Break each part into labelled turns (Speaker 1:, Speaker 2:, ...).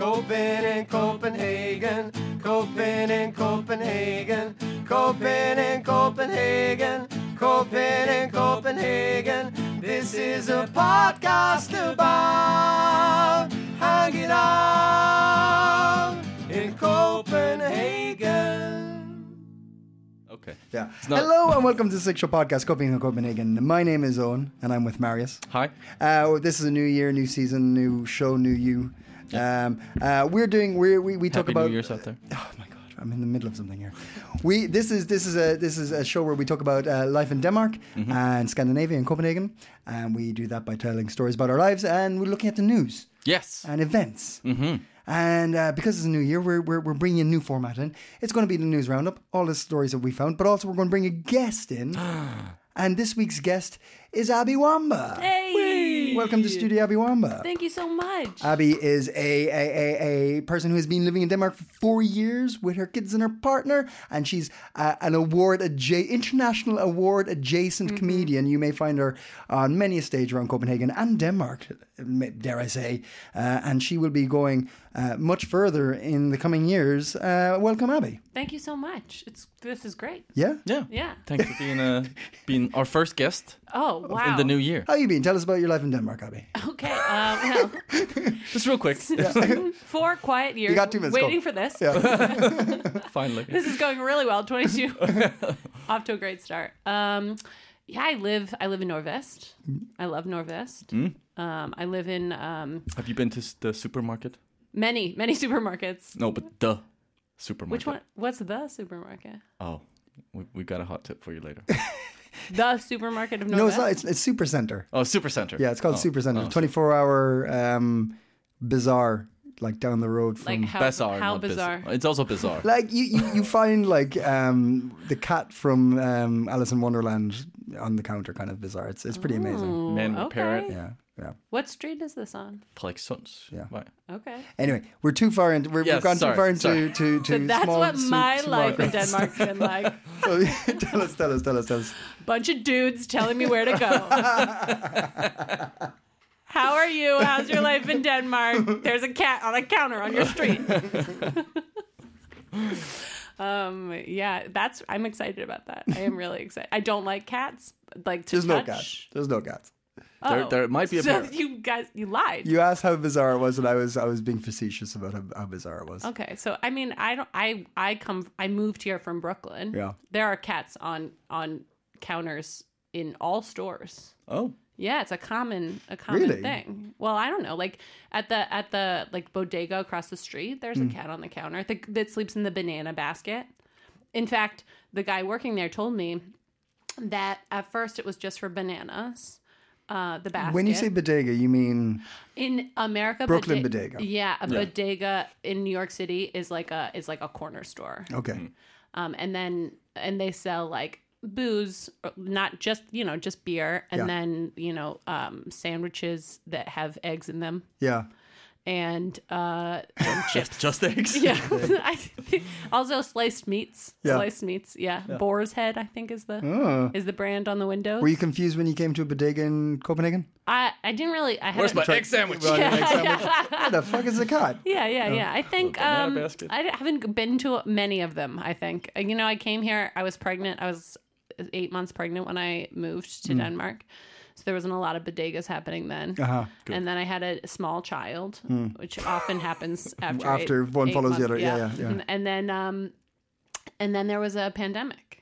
Speaker 1: Copen in Copenhagen, Copen in Copenhagen, Copen in Copenhagen, Copen in Copenhagen. This is a podcast about hanging out in Copenhagen.
Speaker 2: Okay.
Speaker 3: Yeah.
Speaker 2: not-
Speaker 3: Hello and welcome to the Six Show Podcast, Coping in Copenhagen. My name is Owen and I'm with Marius.
Speaker 2: Hi.
Speaker 3: Uh, this is a new year, new season, new show, new you. Um, uh, we're doing. We're, we we talk
Speaker 2: Happy
Speaker 3: about.
Speaker 2: New Year's out there.
Speaker 3: Oh my god, I'm in the middle of something here. We this is this is a this is a show where we talk about uh, life in Denmark
Speaker 2: Mm-hmm.
Speaker 3: and Scandinavia and Copenhagen, and we do that by telling stories about our lives and we're looking at the news
Speaker 2: Yes.
Speaker 3: and events. Mm-hmm. And uh, because it's a new year, we're, we're, we're bringing a new format in. It's going to be the news roundup, all the stories that we found, but also we're going to bring a guest in. and this week's guest is Abby Wamba.
Speaker 4: Hey!
Speaker 3: Welcome to Studio Abby Wamba.
Speaker 4: Thank you so much.
Speaker 3: Abby is a, a, a, a person who has been living in Denmark for four years with her kids and her partner, and she's uh, an award adja- international award adjacent comedian. You may find her on many a stage around Copenhagen and Denmark, m- dare I say, uh, and she will be going uh, much further in the coming years. Uh, welcome, Abby.
Speaker 4: Thank you so much. It's this is great.
Speaker 3: Yeah.
Speaker 2: Yeah.
Speaker 4: Yeah.
Speaker 2: Thanks for being uh, being our first guest
Speaker 4: Oh wow.
Speaker 2: in the new year.
Speaker 3: How you been? Tell us about your life in Denmark, Abby.
Speaker 4: Okay. Uh, well,
Speaker 2: Just real quick.
Speaker 4: four quiet years.
Speaker 3: You got two minutes, go.
Speaker 4: Waiting for this.
Speaker 2: Finally.
Speaker 4: This is going really well. Twenty-two, off to a great start. Um, yeah, I live. I live in Norvest.
Speaker 3: Mm-hmm.
Speaker 4: I love Norvest. Um, I live in um,
Speaker 2: Have you been to s- the supermarket?
Speaker 4: many, many supermarkets.
Speaker 2: No, but the
Speaker 4: Which
Speaker 2: supermarket.
Speaker 4: one? What's the supermarket?
Speaker 2: Oh, we, we got a hot tip for you later.
Speaker 4: The supermarket of Norvest.
Speaker 3: No, it's not. It's, it's Super Center.
Speaker 2: Oh, Supercenter.
Speaker 3: Yeah, it's called
Speaker 2: oh,
Speaker 3: Super Center.
Speaker 2: oh,
Speaker 3: 24 hour um, bazaar, like down the road from.
Speaker 4: like how,
Speaker 2: Bazaar.
Speaker 4: how
Speaker 2: not biz-
Speaker 4: bizarre.
Speaker 2: It's also bizarre.
Speaker 3: Like you, you, you find like um, the cat from um, Alice in Wonderland on the counter, kind of bizarre. It's it's pretty
Speaker 4: Oh.
Speaker 3: amazing.
Speaker 2: Man with parrot.
Speaker 4: okay.
Speaker 3: Yeah, yeah,
Speaker 4: What street is this on?
Speaker 2: Plexons.
Speaker 3: Yeah.
Speaker 2: Right.
Speaker 4: Okay.
Speaker 3: Anyway, we're too far into we're,
Speaker 2: Yes,
Speaker 3: we've gone
Speaker 2: sorry,
Speaker 3: too far into
Speaker 2: sorry.
Speaker 3: to, to
Speaker 4: So that's
Speaker 3: small
Speaker 4: what
Speaker 3: soup
Speaker 4: my life in
Speaker 3: supermarkets.
Speaker 4: Denmark's been like.
Speaker 3: So, tell us, tell us, tell us, tell us.
Speaker 4: Bunch of dudes telling me where to go. How are you? How's your life in Denmark? There's a cat on a counter on your street. um, yeah, that's. I'm excited about that. I am really excited. I don't like cats. Like to
Speaker 3: There's no
Speaker 4: touch.
Speaker 3: cats. There's no cats.
Speaker 2: There- there might be a
Speaker 4: Oh. so
Speaker 2: parrot.
Speaker 4: you guys, you lied.
Speaker 3: You asked how bizarre it was, and I was I was being facetious about how, how bizarre it was.
Speaker 4: Okay, so I mean, I don't. I I come. I moved here from Brooklyn.
Speaker 3: Yeah.
Speaker 4: there are cats on on counters in all stores.
Speaker 2: Oh,
Speaker 4: Yeah, it's a common a common
Speaker 3: Really?
Speaker 4: thing. Well, I don't know. Like at the at the like bodega across the street,
Speaker 3: Hmm.
Speaker 4: there's a cat on the counter that, that sleeps in the banana basket. In fact, the guy working there told me that at first it was just for bananas. Uh, the basket.
Speaker 3: When you say bodega, you mean
Speaker 4: In America,
Speaker 3: Brooklyn
Speaker 4: bode-
Speaker 3: bodega.
Speaker 4: Yeah, a bodega in New York City is like a is like a corner store.
Speaker 3: okay,
Speaker 2: Hmm.
Speaker 4: Um, and then and they sell like booze, or not just you know just beer, and
Speaker 3: Yeah.
Speaker 4: then you know um, sandwiches that have eggs in them
Speaker 3: yeah.
Speaker 4: and uh,
Speaker 2: just just eggs.
Speaker 4: yeah, I think- also sliced meats,
Speaker 3: Yeah.
Speaker 4: sliced meats. Yeah. Boar's Head, I think is the is the brand on the windows.
Speaker 3: Were you confused when you came to a bodega in Copenhagen?
Speaker 4: I I didn't really. I
Speaker 2: Where's
Speaker 4: haven't
Speaker 2: my egg sandwich?
Speaker 4: Ah.
Speaker 3: What the fuck is a cat?
Speaker 4: Yeah, yeah, yeah. I think
Speaker 2: banana
Speaker 4: um,
Speaker 2: basket.
Speaker 4: I haven't been to many of them. I think Uh, you know, I came here. I was pregnant. I was uh, eight months pregnant when I moved
Speaker 3: Hmm.
Speaker 4: to Denmark, so there wasn't a lot of bodegas happening then.
Speaker 3: Uh-huh, good. Hmm.
Speaker 4: and then I had a small child, which often happens after
Speaker 3: After
Speaker 4: eight-
Speaker 3: one
Speaker 4: eight
Speaker 3: follows the other.
Speaker 4: months.
Speaker 3: Yeah, yeah, yeah.
Speaker 4: And, and then um, and then there was a pandemic.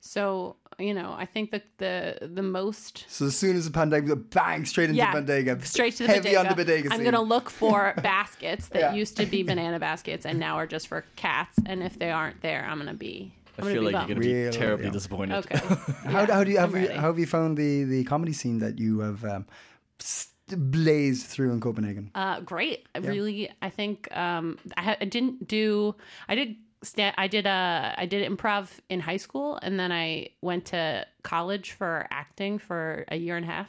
Speaker 4: So you know, I think that the the most
Speaker 3: So as soon as the pandemic, bang, straight into the pandega.
Speaker 4: Straight to the
Speaker 3: Heavy
Speaker 4: bodega.
Speaker 3: on the bodega
Speaker 4: I'm
Speaker 3: scene.
Speaker 4: going to look for baskets that
Speaker 3: Yeah.
Speaker 4: used to be banana baskets and now are just for cats. And if they aren't there, I'm going to be.
Speaker 2: I
Speaker 4: I'm
Speaker 2: feel
Speaker 4: gonna
Speaker 2: like
Speaker 4: be bummed.
Speaker 2: you're gonna be
Speaker 3: Really,
Speaker 2: terribly
Speaker 3: yeah.
Speaker 2: disappointed.
Speaker 4: Okay.
Speaker 3: How, how do you have
Speaker 4: I'm
Speaker 3: you,
Speaker 4: ready.
Speaker 3: how have you found the the comedy scene that you have um, s- blazed through in Copenhagen.
Speaker 4: Uh, great. I Really, I think um, I, ha- I didn't do. I did. Sta- I did. Uh, I did improv in high school, and then I went to college for acting for a year and a half,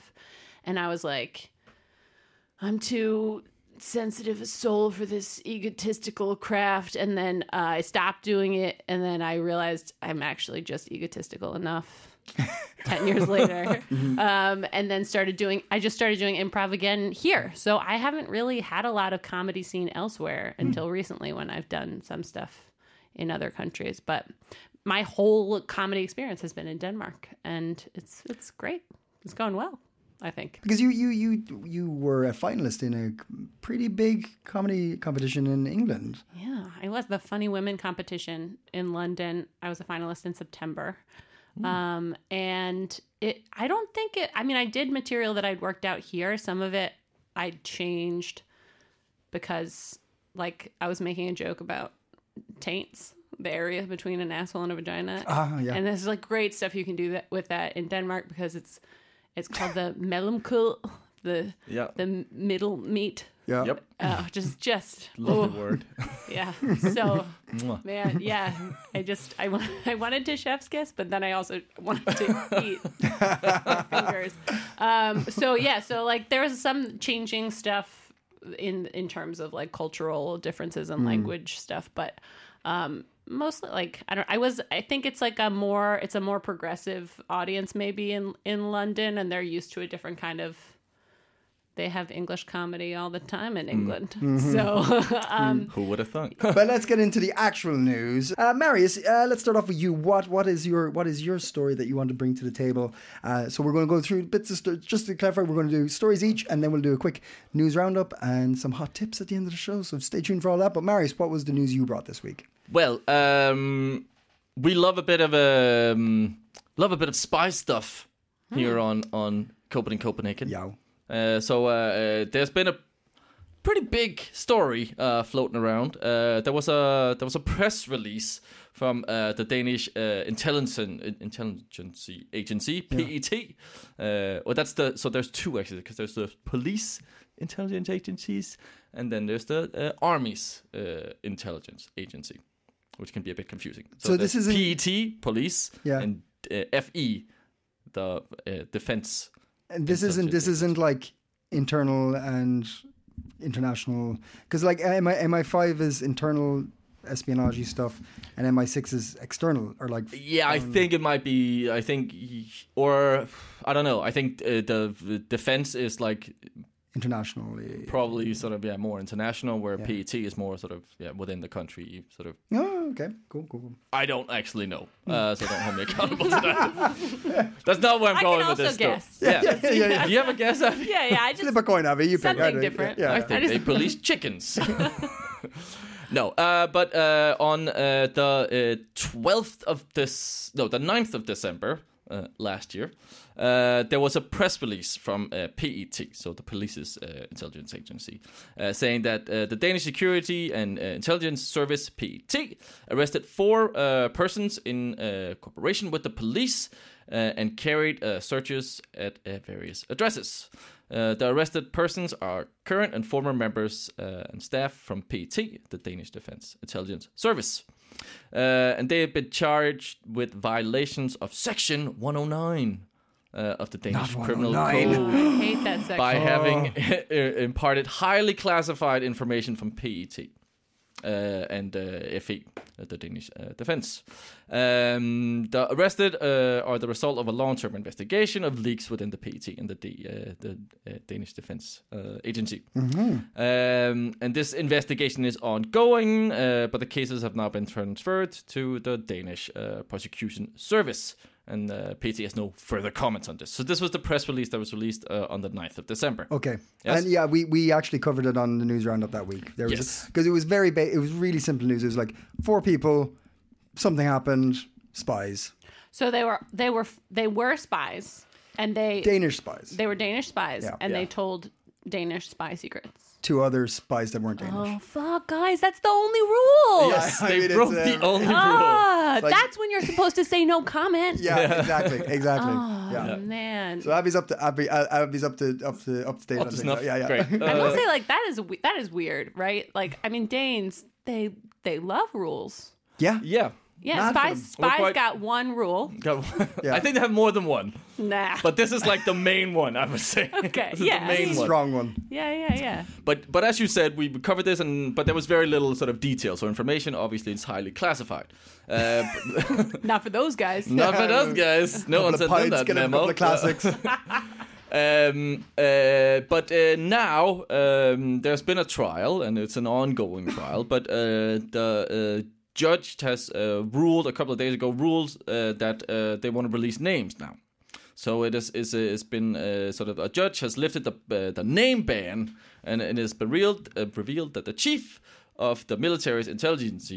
Speaker 4: and I was like, I'm too sensitive a soul for this egotistical craft. And then uh, I stopped doing it, and then I realized I'm actually just egotistical enough. 10 years later um, and then started doing i just started doing improv again here so i haven't really had a lot of comedy scene elsewhere until recently when i've done some stuff in other countries but my whole comedy experience has been in denmark and it's it's great it's going well i think
Speaker 3: because you, you you you were a finalist in a pretty big comedy competition in England.
Speaker 4: Yeah, I was the Funny Women competition in London. I was a finalist in September.
Speaker 3: Hmm.
Speaker 4: Um, and it, I don't think it, I mean, I did material that I'd worked out here. Some of it I changed because, like, I was making a joke about taints, the area between an asshole and a vagina.
Speaker 3: Ah, yeah.
Speaker 4: And there's like great stuff you can do that, with that in Denmark because it's, it's called the mellemkul, the,
Speaker 2: Yeah.
Speaker 4: the middle meat.
Speaker 3: Yeah.
Speaker 2: Yep.
Speaker 4: Oh, just, just, oh,
Speaker 2: Love the word.
Speaker 4: yeah. So, man, yeah. I just I wa- I wanted to chef's kiss, but then I also wanted to eat my fingers. Um, so yeah. So like there was some changing stuff in in terms of like cultural differences and language stuff, but um, mostly like I don't. I was. I think it's like a more it's a more progressive audience maybe in in London, and they're used to a different kind of they have English comedy all the time in England. So, um,
Speaker 2: Who would have thunk?
Speaker 3: But let's get into the actual news. Uh, Marius, uh, let's start off with you. What what is your what is your story that you want to bring to the table? Uh, so we're going to go through bits of sto- just to clarify. We're going to do stories each, and then we'll do a quick news roundup and some hot tips at the end of the show. So stay tuned for all that. But Marius, what was the news you brought this week?
Speaker 2: Well, um, we love a bit of um, love a bit of spy stuff here on on Copenhagen, Copenhagen.
Speaker 3: Yeah.
Speaker 2: Uh, so uh, uh, there's been a pretty big story uh, floating around. Uh, there was a there was a press release from uh, the Danish uh, intelligence intelligence agency PET. Uh, well, that's the so there's two actually because there's the police intelligence agencies and then there's the uh, army's uh, intelligence agency, which can be a bit confusing.
Speaker 3: So this
Speaker 2: there's
Speaker 3: isn't-
Speaker 2: PET police
Speaker 3: Yeah.
Speaker 2: and uh, FE the uh, defense.
Speaker 3: And this isn't this isn't like internal and international because like MI MI five is internal espionage stuff, and MI six is external or like
Speaker 2: Yeah, I think it might be. I think, or I don't know. I think uh, the, the defense is like
Speaker 3: internationally.
Speaker 2: probably sort of yeah more international, where PET is more sort of yeah within the country sort of.
Speaker 3: Oh, okay, cool, cool. cool.
Speaker 2: I don't actually know,
Speaker 3: Hmm.
Speaker 2: uh, so don't hold me accountable to that. That's not where I'm
Speaker 4: I can
Speaker 2: going with
Speaker 4: also
Speaker 2: this. though.
Speaker 4: guess.
Speaker 2: Yeah.
Speaker 3: yeah, yeah, yeah.
Speaker 2: Do you have a guess? Abby?
Speaker 4: yeah, yeah. I just
Speaker 3: Flip a coin, Avi. You pick.
Speaker 4: Something
Speaker 3: I don't-
Speaker 4: different.
Speaker 3: Yeah,
Speaker 2: I
Speaker 3: yeah.
Speaker 2: think they police chickens. no, uh, but uh, on uh, the twelfth of this, no, the 9th of December uh, last year, uh, there was a press release from uh, PET, so the police's uh, intelligence agency, uh, saying that uh, the Danish security and uh, intelligence service PET arrested four uh, persons in uh, cooperation with the police uh, and carried uh, searches at uh, various addresses. Uh, the arrested persons are current and former members uh, and staff from PT, the Danish Defense Intelligence Service. Uh, and they have been charged with violations of Section 109 uh, of the Danish Criminal
Speaker 3: 109.
Speaker 2: Code
Speaker 4: I hate that section.
Speaker 2: by having uh, imparted highly classified information from PET uh, and uh, FE, uh, the Danish uh, defense. Um, the arrested uh, are the result of a long-term investigation of leaks within the PET and the D, uh, the uh, Danish Defense uh, Agency.
Speaker 3: Mm-hmm.
Speaker 2: Um, and this investigation is ongoing, uh, but the cases have now been transferred to the Danish uh, prosecution service. And uh, PT has no further comments on this. So this was the press release that was released uh, on the 9th of December.
Speaker 3: Okay.
Speaker 2: Yes.
Speaker 3: And yeah, we, we actually covered it on the news roundup that week. There was
Speaker 2: Yes.
Speaker 3: because it was very ba- it was really simple news. It was like four people, something happened, spies,
Speaker 4: so they were they were they were spies, and they
Speaker 3: Danish spies.
Speaker 4: they were Danish spies,
Speaker 3: Yeah.
Speaker 4: and they
Speaker 2: Yeah.
Speaker 4: told Danish spy secrets.
Speaker 3: Two other spies that weren't Danish.
Speaker 4: Oh fuck, guys, that's the only rule.
Speaker 2: Yes,
Speaker 3: I
Speaker 2: they
Speaker 3: mean, it's,
Speaker 2: broke
Speaker 3: uh,
Speaker 2: the only rule.
Speaker 4: Ah,
Speaker 3: like-
Speaker 4: that's when you're supposed to say no comment.
Speaker 3: Yeah, exactly, exactly. yeah.
Speaker 4: Oh, man.
Speaker 3: So Abby's up to Abby. uh, Abby's up to up to up to date. on
Speaker 2: Up to
Speaker 3: things.
Speaker 2: snuff.
Speaker 3: Yeah, yeah.
Speaker 2: Great.
Speaker 4: I will
Speaker 2: Uh,
Speaker 4: say, like that is we- that is weird, right? Like, I mean, Danes they they love rules.
Speaker 3: yeah.
Speaker 2: yeah.
Speaker 4: Yeah,
Speaker 3: Not for them.
Speaker 4: spies
Speaker 2: We're
Speaker 4: spies
Speaker 2: quite-
Speaker 4: got one rule.
Speaker 2: Go-
Speaker 3: Yeah.
Speaker 2: I think they have more than one,
Speaker 4: Nah,
Speaker 2: but this is like the main one. I would say.
Speaker 4: Okay,
Speaker 2: This is
Speaker 4: yeah, I
Speaker 2: The main
Speaker 4: mean-
Speaker 2: one.
Speaker 3: Strong one.
Speaker 4: yeah, yeah, yeah.
Speaker 2: But but as you said, we covered this, and but there was very little sort of detail. So information obviously is highly classified. Uh,
Speaker 4: Not for those guys.
Speaker 2: not for those guys. No
Speaker 3: Couple
Speaker 2: one
Speaker 3: of
Speaker 2: said no,
Speaker 3: pints,
Speaker 2: that
Speaker 3: get a
Speaker 2: memo.
Speaker 3: couple
Speaker 2: uh,
Speaker 3: of classics.
Speaker 2: Um, uh, but uh, now um, there's been a trial, and it's an ongoing trial. But uh, the uh, judge has uh, ruled a couple of days ago rules uh, that uh, they want to release names now. So it is, is it's been uh, sort of a judge has lifted the uh, the name ban, and it is revealed uh, revealed that the chief of the military's intelligence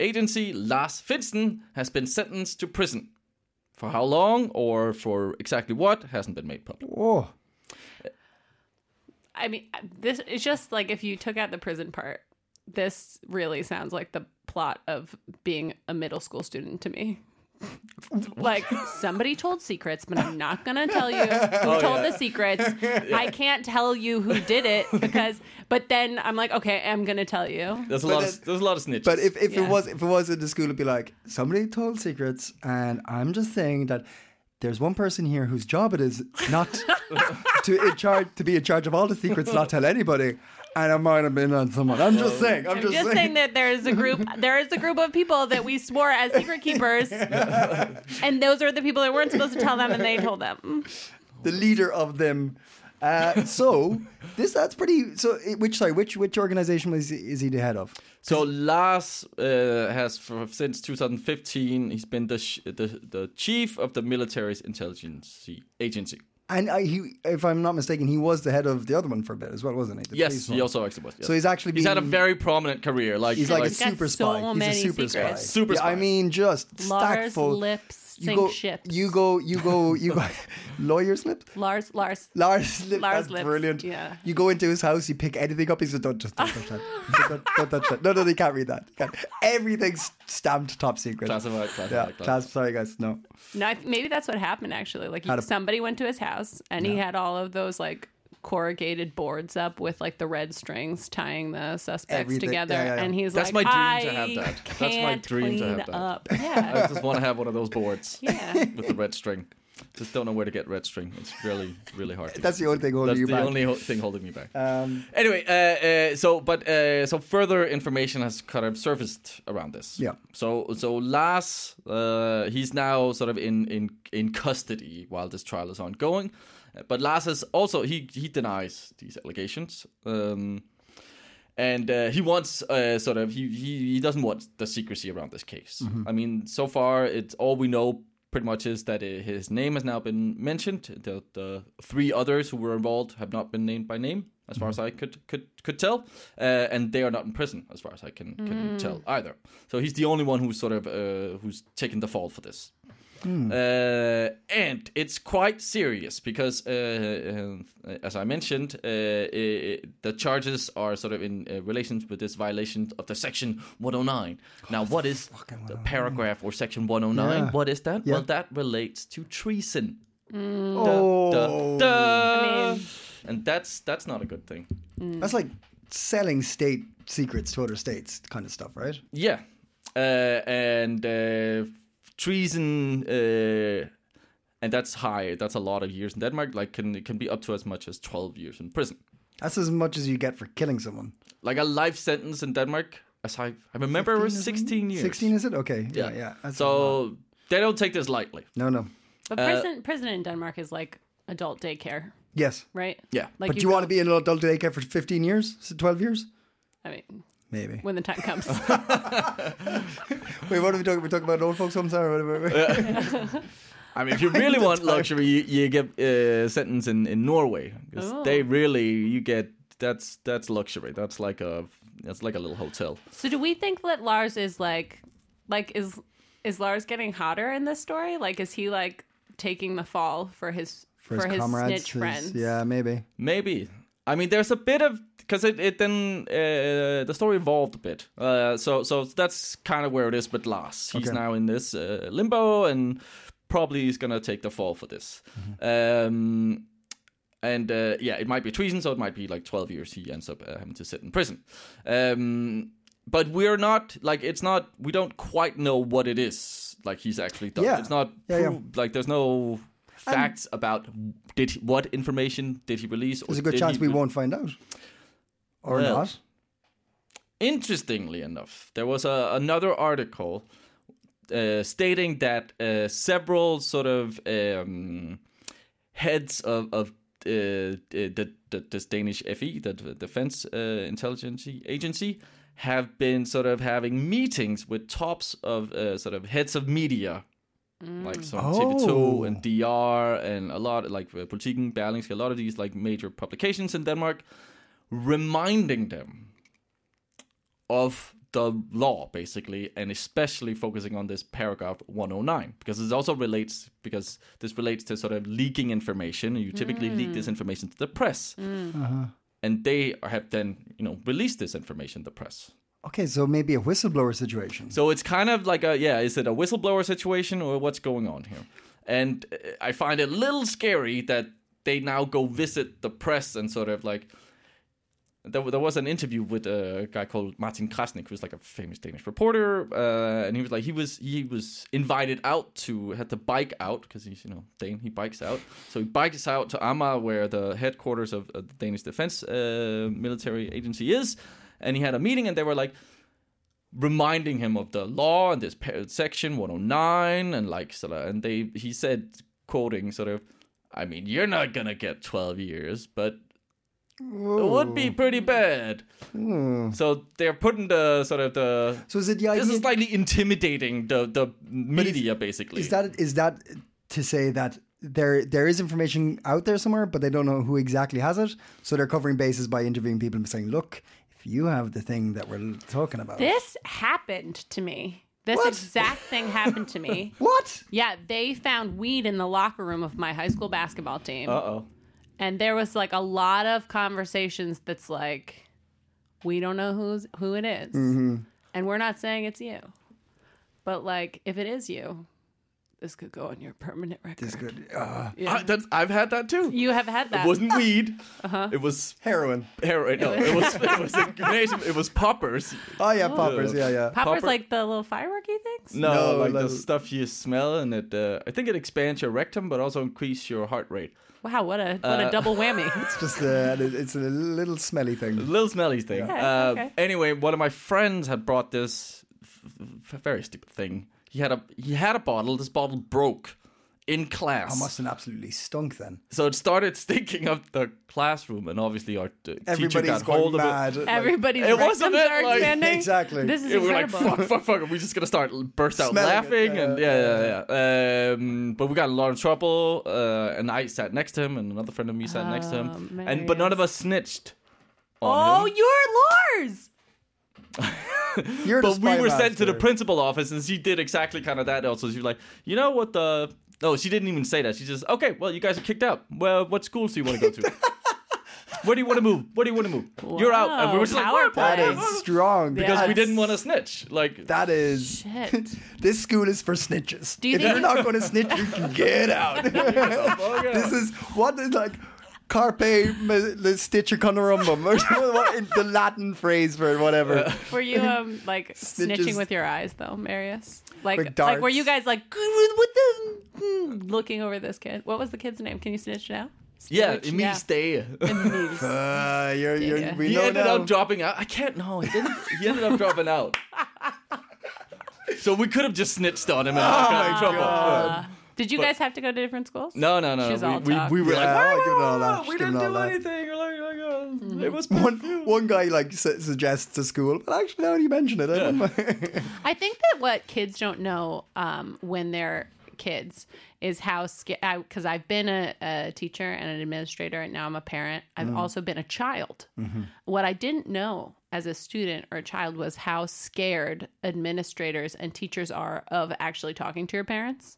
Speaker 2: agency, Lars Finsten, has been sentenced to prison. For how long or for exactly what hasn't been made public.
Speaker 3: oh,
Speaker 4: I mean, uh, this it's just like if you took out the prison part, this really sounds like the plot of being a middle school student to me. like somebody told secrets, but I'm not gonna tell you who
Speaker 3: Oh,
Speaker 4: told the secrets. I can't tell you who did it because. But then I'm like, okay, I'm gonna tell you.
Speaker 2: There's a lot.
Speaker 3: it-
Speaker 2: of, there's a lot of snitches.
Speaker 3: but if, if it
Speaker 4: Yeah.
Speaker 3: was if it was in the school, it'd be like somebody told secrets, and I'm just saying that there's one person here whose job it is not to in charge to be in charge of all the secrets, not tell anybody. And I might have been on someone. I'm just saying. I'm,
Speaker 4: I'm just saying that there is a group there is a group of people that we swore as secret keepers and those are the people that weren't supposed to tell them and they told them.
Speaker 3: the leader of them. Uh, so this that's pretty. So it- which sorry, which which organization was he- is he the head of?
Speaker 2: so Lars uh, has for, since 2015 he's been the, sh- the the chief of the military's intelligence agency.
Speaker 3: And I, he, if I'm not mistaken, he was the head of the other one for a bit as well, wasn't he? The
Speaker 2: Yes,
Speaker 3: police
Speaker 2: he
Speaker 3: one.
Speaker 2: also actually was. yes.
Speaker 3: So he's actually
Speaker 2: he's had a
Speaker 3: been-
Speaker 2: very prominent career. Like
Speaker 3: He's like a
Speaker 4: He's got
Speaker 3: super
Speaker 4: so
Speaker 3: spy.
Speaker 4: many
Speaker 3: he's a super
Speaker 4: secrets.
Speaker 3: spy.
Speaker 2: Super
Speaker 3: Yeah, I
Speaker 2: spy.
Speaker 3: mean, just stack
Speaker 4: Lars
Speaker 3: full.
Speaker 4: lips
Speaker 3: you
Speaker 4: sink
Speaker 3: go,
Speaker 4: ships.
Speaker 3: you go, you go, you go. lawyer's lips.
Speaker 4: Lars Lars
Speaker 3: Lars lips.
Speaker 4: Lars
Speaker 3: That's
Speaker 4: lips,
Speaker 3: brilliant.
Speaker 4: yeah.
Speaker 3: You go into his house, you pick anything up. He says, "Don't just don't touch that. don't, don't touch that." No, no, they can't read that. Can't. Everything's stamped top secret.
Speaker 2: classified. Classified.
Speaker 3: Yeah,
Speaker 2: classified.
Speaker 3: class. Sorry, guys. No.
Speaker 4: No, I th- maybe that's what happened actually. Like he,
Speaker 3: Had a-
Speaker 4: somebody went to his house and he had all of those like corrugated boards up with like the red strings tying the suspects
Speaker 3: Everything.
Speaker 4: together
Speaker 3: Yeah, yeah, yeah.
Speaker 4: and he's
Speaker 2: That's
Speaker 4: like
Speaker 2: my dream to
Speaker 4: "I
Speaker 2: have that. That's my
Speaker 4: can't
Speaker 2: dream to
Speaker 4: clean
Speaker 2: have that."
Speaker 4: up.
Speaker 2: I
Speaker 4: Yeah.
Speaker 2: just want to have one of those boards
Speaker 4: yeah.
Speaker 2: with the red string. Just don't know where to get red string. It's really, really hard. to
Speaker 3: That's
Speaker 2: get.
Speaker 3: the only thing holding
Speaker 2: That's
Speaker 3: you
Speaker 2: the
Speaker 3: back. Um,
Speaker 2: only ho- thing holding me back. anyway, uh, uh, so but uh, so further information has kind of surfaced around this.
Speaker 3: Yeah.
Speaker 2: So so Lars, uh, he's now sort of in in in custody while this trial is ongoing, Uh, but Lars has also he he denies these allegations. Um, and uh, he wants uh, sort of he, he he doesn't want the secrecy around this case. I mean, so far it's all we know pretty much is that uh, his name has now been mentioned. The, the three others who were involved have not been named by name, as far as I could could could tell, uh, and they are not in prison, as far as I can can tell either. So he's the only one who's sort of uh, who's taken the fall for this.
Speaker 3: Mm.
Speaker 2: Uh, and it's quite serious because, uh, uh, as I mentioned, uh, i- i- the charges are sort of in uh, relation with this violation of the section 109. Now, what is the paragraph or section 109?
Speaker 3: Yeah.
Speaker 2: What is that?
Speaker 3: Yeah.
Speaker 2: Well, that relates to treason.
Speaker 3: Oh,
Speaker 2: Duh, duh.
Speaker 4: Mm. I mean-
Speaker 2: and that's that's not a good thing.
Speaker 3: that's like selling state secrets to other states, kind of stuff, right?
Speaker 2: Yeah, uh, and uh, treason, uh, and that's high. That's a lot of years in Denmark. Like, can it can be up to as much as twelve years in prison.
Speaker 3: That's as much as you get for killing someone.
Speaker 2: Like a life sentence in Denmark. As I I remember, it was sixteen years.
Speaker 3: 16, is it? Okay. Yeah, yeah. That's-
Speaker 2: So they don't take this lightly.
Speaker 3: no, no.
Speaker 4: But
Speaker 2: Uh,
Speaker 4: prison prison in Denmark is like adult daycare,
Speaker 3: Yes.
Speaker 4: right?
Speaker 2: Yeah.
Speaker 4: Like
Speaker 3: But do you want to
Speaker 4: go-
Speaker 3: be in an adult daycare for 15 years? So 12 years?
Speaker 4: I mean,
Speaker 3: Maybe.
Speaker 4: when the time comes.
Speaker 3: Wait, what are we talking? We're talking about old folks' homes or whatever.
Speaker 2: I mean, if you really want luxury, you, you get uh, sentence in in Norway 'Cause
Speaker 4: Oh.
Speaker 2: they really you get that's that's luxury. That's like a that's like a little hotel.
Speaker 4: so do we think that Lars is like like is is Lars getting hotter in this story? Like is he like taking the fall for his for, his, snitch friends?
Speaker 3: yeah, maybe.
Speaker 2: Maybe. I mean, there's a bit of because it, it then uh, the story evolved a bit. Uh, so so that's kind of where it is. But Lars, he's
Speaker 3: Okay.
Speaker 2: now in this uh, limbo and probably he's gonna take the fall for this.
Speaker 3: Mm-hmm.
Speaker 2: Um, and uh, yeah, it might be treason, so it might be like 12 years he ends up uh, having to sit in prison. Um, but we're not like it's not we don't quite know what it is like he's actually done.
Speaker 3: Yeah.
Speaker 2: It's not
Speaker 3: Yeah, yeah.
Speaker 2: proved, like there's
Speaker 3: Um,
Speaker 2: no facts about did he, what information did he release.
Speaker 3: There's
Speaker 2: or
Speaker 3: a good
Speaker 2: did
Speaker 3: chance
Speaker 2: he
Speaker 3: we
Speaker 2: re-
Speaker 3: won't find out. Or
Speaker 2: Well,
Speaker 3: not.
Speaker 2: Interestingly enough, there was a, another article uh, stating that uh, several sort of um, heads of, of uh, the, the, this Danish FE, the D- Defense uh, Intelligence Agency, have been sort of having meetings with tops of uh, sort of heads of media. Like some
Speaker 3: Oh.
Speaker 2: TV2 and DR and a lot like uh, Politiken, Berlingske, a lot of these like major publications in Denmark, reminding them of the law basically and especially focusing on this paragraph 109 because this also relates because this relates to sort of leaking information you typically leak this information to the press and they are- have then you know released this information to the press
Speaker 3: Okay, so maybe a whistleblower situation.
Speaker 2: so it's kind of like a yeah, is it a whistleblower situation or what's going on here? And uh, I find it a little scary that they now go visit the press and sort of like. There, there was an interview with a guy called Martin Krasnik, who's like a famous Danish reporter, uh, and he was like he was he was invited out to had to bike out because he's you know Dane he bikes out, so he bikes out to Amma where the headquarters of, of the Danish defense uh, military agency is, and he had a meeting and they were like, reminding him of the law and this pa- section 109 and like sort of, and they he said quoting sort of i mean you're not gonna get 12 years but it would be pretty bad so they're putting the sort of the
Speaker 3: Hmm. So is it the
Speaker 2: this
Speaker 3: idea-
Speaker 2: is slightly intimidating the the media basically
Speaker 3: Is that is that to say that there there is information out there somewhere, but they don't know who exactly has it? So they're covering bases by interviewing people and saying, "Look, if you have the thing that we're talking about,
Speaker 4: This happened to me. This
Speaker 3: What?
Speaker 4: exact thing happened to me.
Speaker 3: what?
Speaker 4: Yeah, they found weed in the locker room of my high school basketball team.
Speaker 2: uh-oh
Speaker 4: and there was like a lot of conversations that's like we don't know who's who it is.
Speaker 2: Mm-hmm.
Speaker 4: and we're not saying it's you but like if it is you this could go on your permanent record
Speaker 3: It's good. Uh,
Speaker 2: I, that's, i've had that too
Speaker 4: you have had that
Speaker 2: it wasn't weed it was
Speaker 3: heroin.
Speaker 2: heroin no it was it was a, it was poppers
Speaker 3: Oh yeah, poppers. Yeah, yeah.
Speaker 4: poppers
Speaker 2: Popper-
Speaker 4: like the little fireworky things
Speaker 2: No,
Speaker 3: No,
Speaker 2: like,
Speaker 3: like-
Speaker 2: the stuff you smell, and it. Uh, I think it expands your rectum, but also increase your heart rate.
Speaker 4: wow what a what
Speaker 2: Uh,
Speaker 4: a double whammy
Speaker 3: Just uh, it's a little smelly thing.
Speaker 2: Little smelly thing.
Speaker 4: Yeah,
Speaker 2: uh,
Speaker 4: okay.
Speaker 2: Anyway, one of my friends had brought this f- f- very stupid thing. He had a he had a bottle. This bottle broke in class,
Speaker 3: I must have absolutely stunk then.
Speaker 2: so it started stinking up the classroom, and obviously our uh, teacher
Speaker 3: Everybody's
Speaker 2: got
Speaker 3: going
Speaker 2: hold of it.
Speaker 3: mad. Like,
Speaker 4: everybody's
Speaker 2: It was a
Speaker 4: rectums
Speaker 2: bit
Speaker 4: are
Speaker 2: like-
Speaker 4: expanding
Speaker 3: Exactly.
Speaker 4: this is
Speaker 2: Yeah, we were like,
Speaker 4: incredible
Speaker 2: fuck, fuck, fuck. We're just gonna start burst out
Speaker 3: Smelling it,
Speaker 2: laughing,
Speaker 3: yeah,
Speaker 2: and yeah, yeah, yeah. Um, but we got in a lot of trouble, uh, and I sat next to him, and another friend of me sat next to him,
Speaker 4: Oh,
Speaker 2: and but none of
Speaker 4: Marius.
Speaker 2: us snitched. on
Speaker 4: oh
Speaker 2: him.
Speaker 4: you're lars
Speaker 3: You're the
Speaker 2: But we
Speaker 3: spy
Speaker 2: were sent to the
Speaker 3: master.
Speaker 2: principal office, and she did exactly kind of that. Also, she was like, you know what the. No, she didn't even say that. She just, okay, well, you guys are kicked out. Well, what schools do you want to go to? Where do you want to move? Where do you want to move? You're out. And we
Speaker 4: Wow,
Speaker 2: were just like,
Speaker 4: power
Speaker 2: "What?
Speaker 4: play.
Speaker 3: That is strong
Speaker 2: because we
Speaker 3: That's-
Speaker 2: didn't want to snitch. Like,
Speaker 3: That is.
Speaker 4: Shit.
Speaker 3: This school is for snitches.
Speaker 4: Do you
Speaker 3: if
Speaker 4: think-
Speaker 3: you're not going to snitch, you can get out. this is what is like carpe stitcher conorumbum or what- the Latin phrase for whatever.
Speaker 4: were you um like
Speaker 3: Snitches.
Speaker 4: snitching with your eyes though marius like
Speaker 3: Like
Speaker 4: like,
Speaker 3: darts.
Speaker 4: were you guys like what the mm," looking over this kid what was the kid's name can you snitch now
Speaker 2: yeah,
Speaker 4: Snitch,
Speaker 2: it means stay.
Speaker 4: Emil.
Speaker 3: Uh, you're, you're,
Speaker 4: Yeah.
Speaker 3: we
Speaker 2: He
Speaker 3: know
Speaker 2: ended
Speaker 3: now.
Speaker 2: up dropping out. I can't. No, he didn't. he ended up dropping out. So we could have just snitched on him and not got in trouble.
Speaker 4: Did you guys have to go to different schools?
Speaker 2: No, no, no.
Speaker 4: She's
Speaker 2: we,
Speaker 4: all
Speaker 2: we,
Speaker 4: talk.
Speaker 2: we were
Speaker 3: Yeah,
Speaker 2: like,
Speaker 3: I'll "Ah, give it all
Speaker 2: "Wow,
Speaker 3: that.
Speaker 2: we
Speaker 3: Just give
Speaker 2: didn't
Speaker 3: it all
Speaker 2: do
Speaker 3: that."
Speaker 2: anything. We're like, like, uh, it was
Speaker 3: One,
Speaker 2: perfect.
Speaker 3: one guy like su- suggests to school, but actually now that you mention it, I don't mind.
Speaker 4: I think that what kids don't know um, when they're kids is how scared. Because I've been a, a teacher and an administrator, and now I'm a parent. I've also been a child. What I didn't know as a student or a child was how scared administrators and teachers are of
Speaker 3: Oh.
Speaker 4: actually talking to your parents.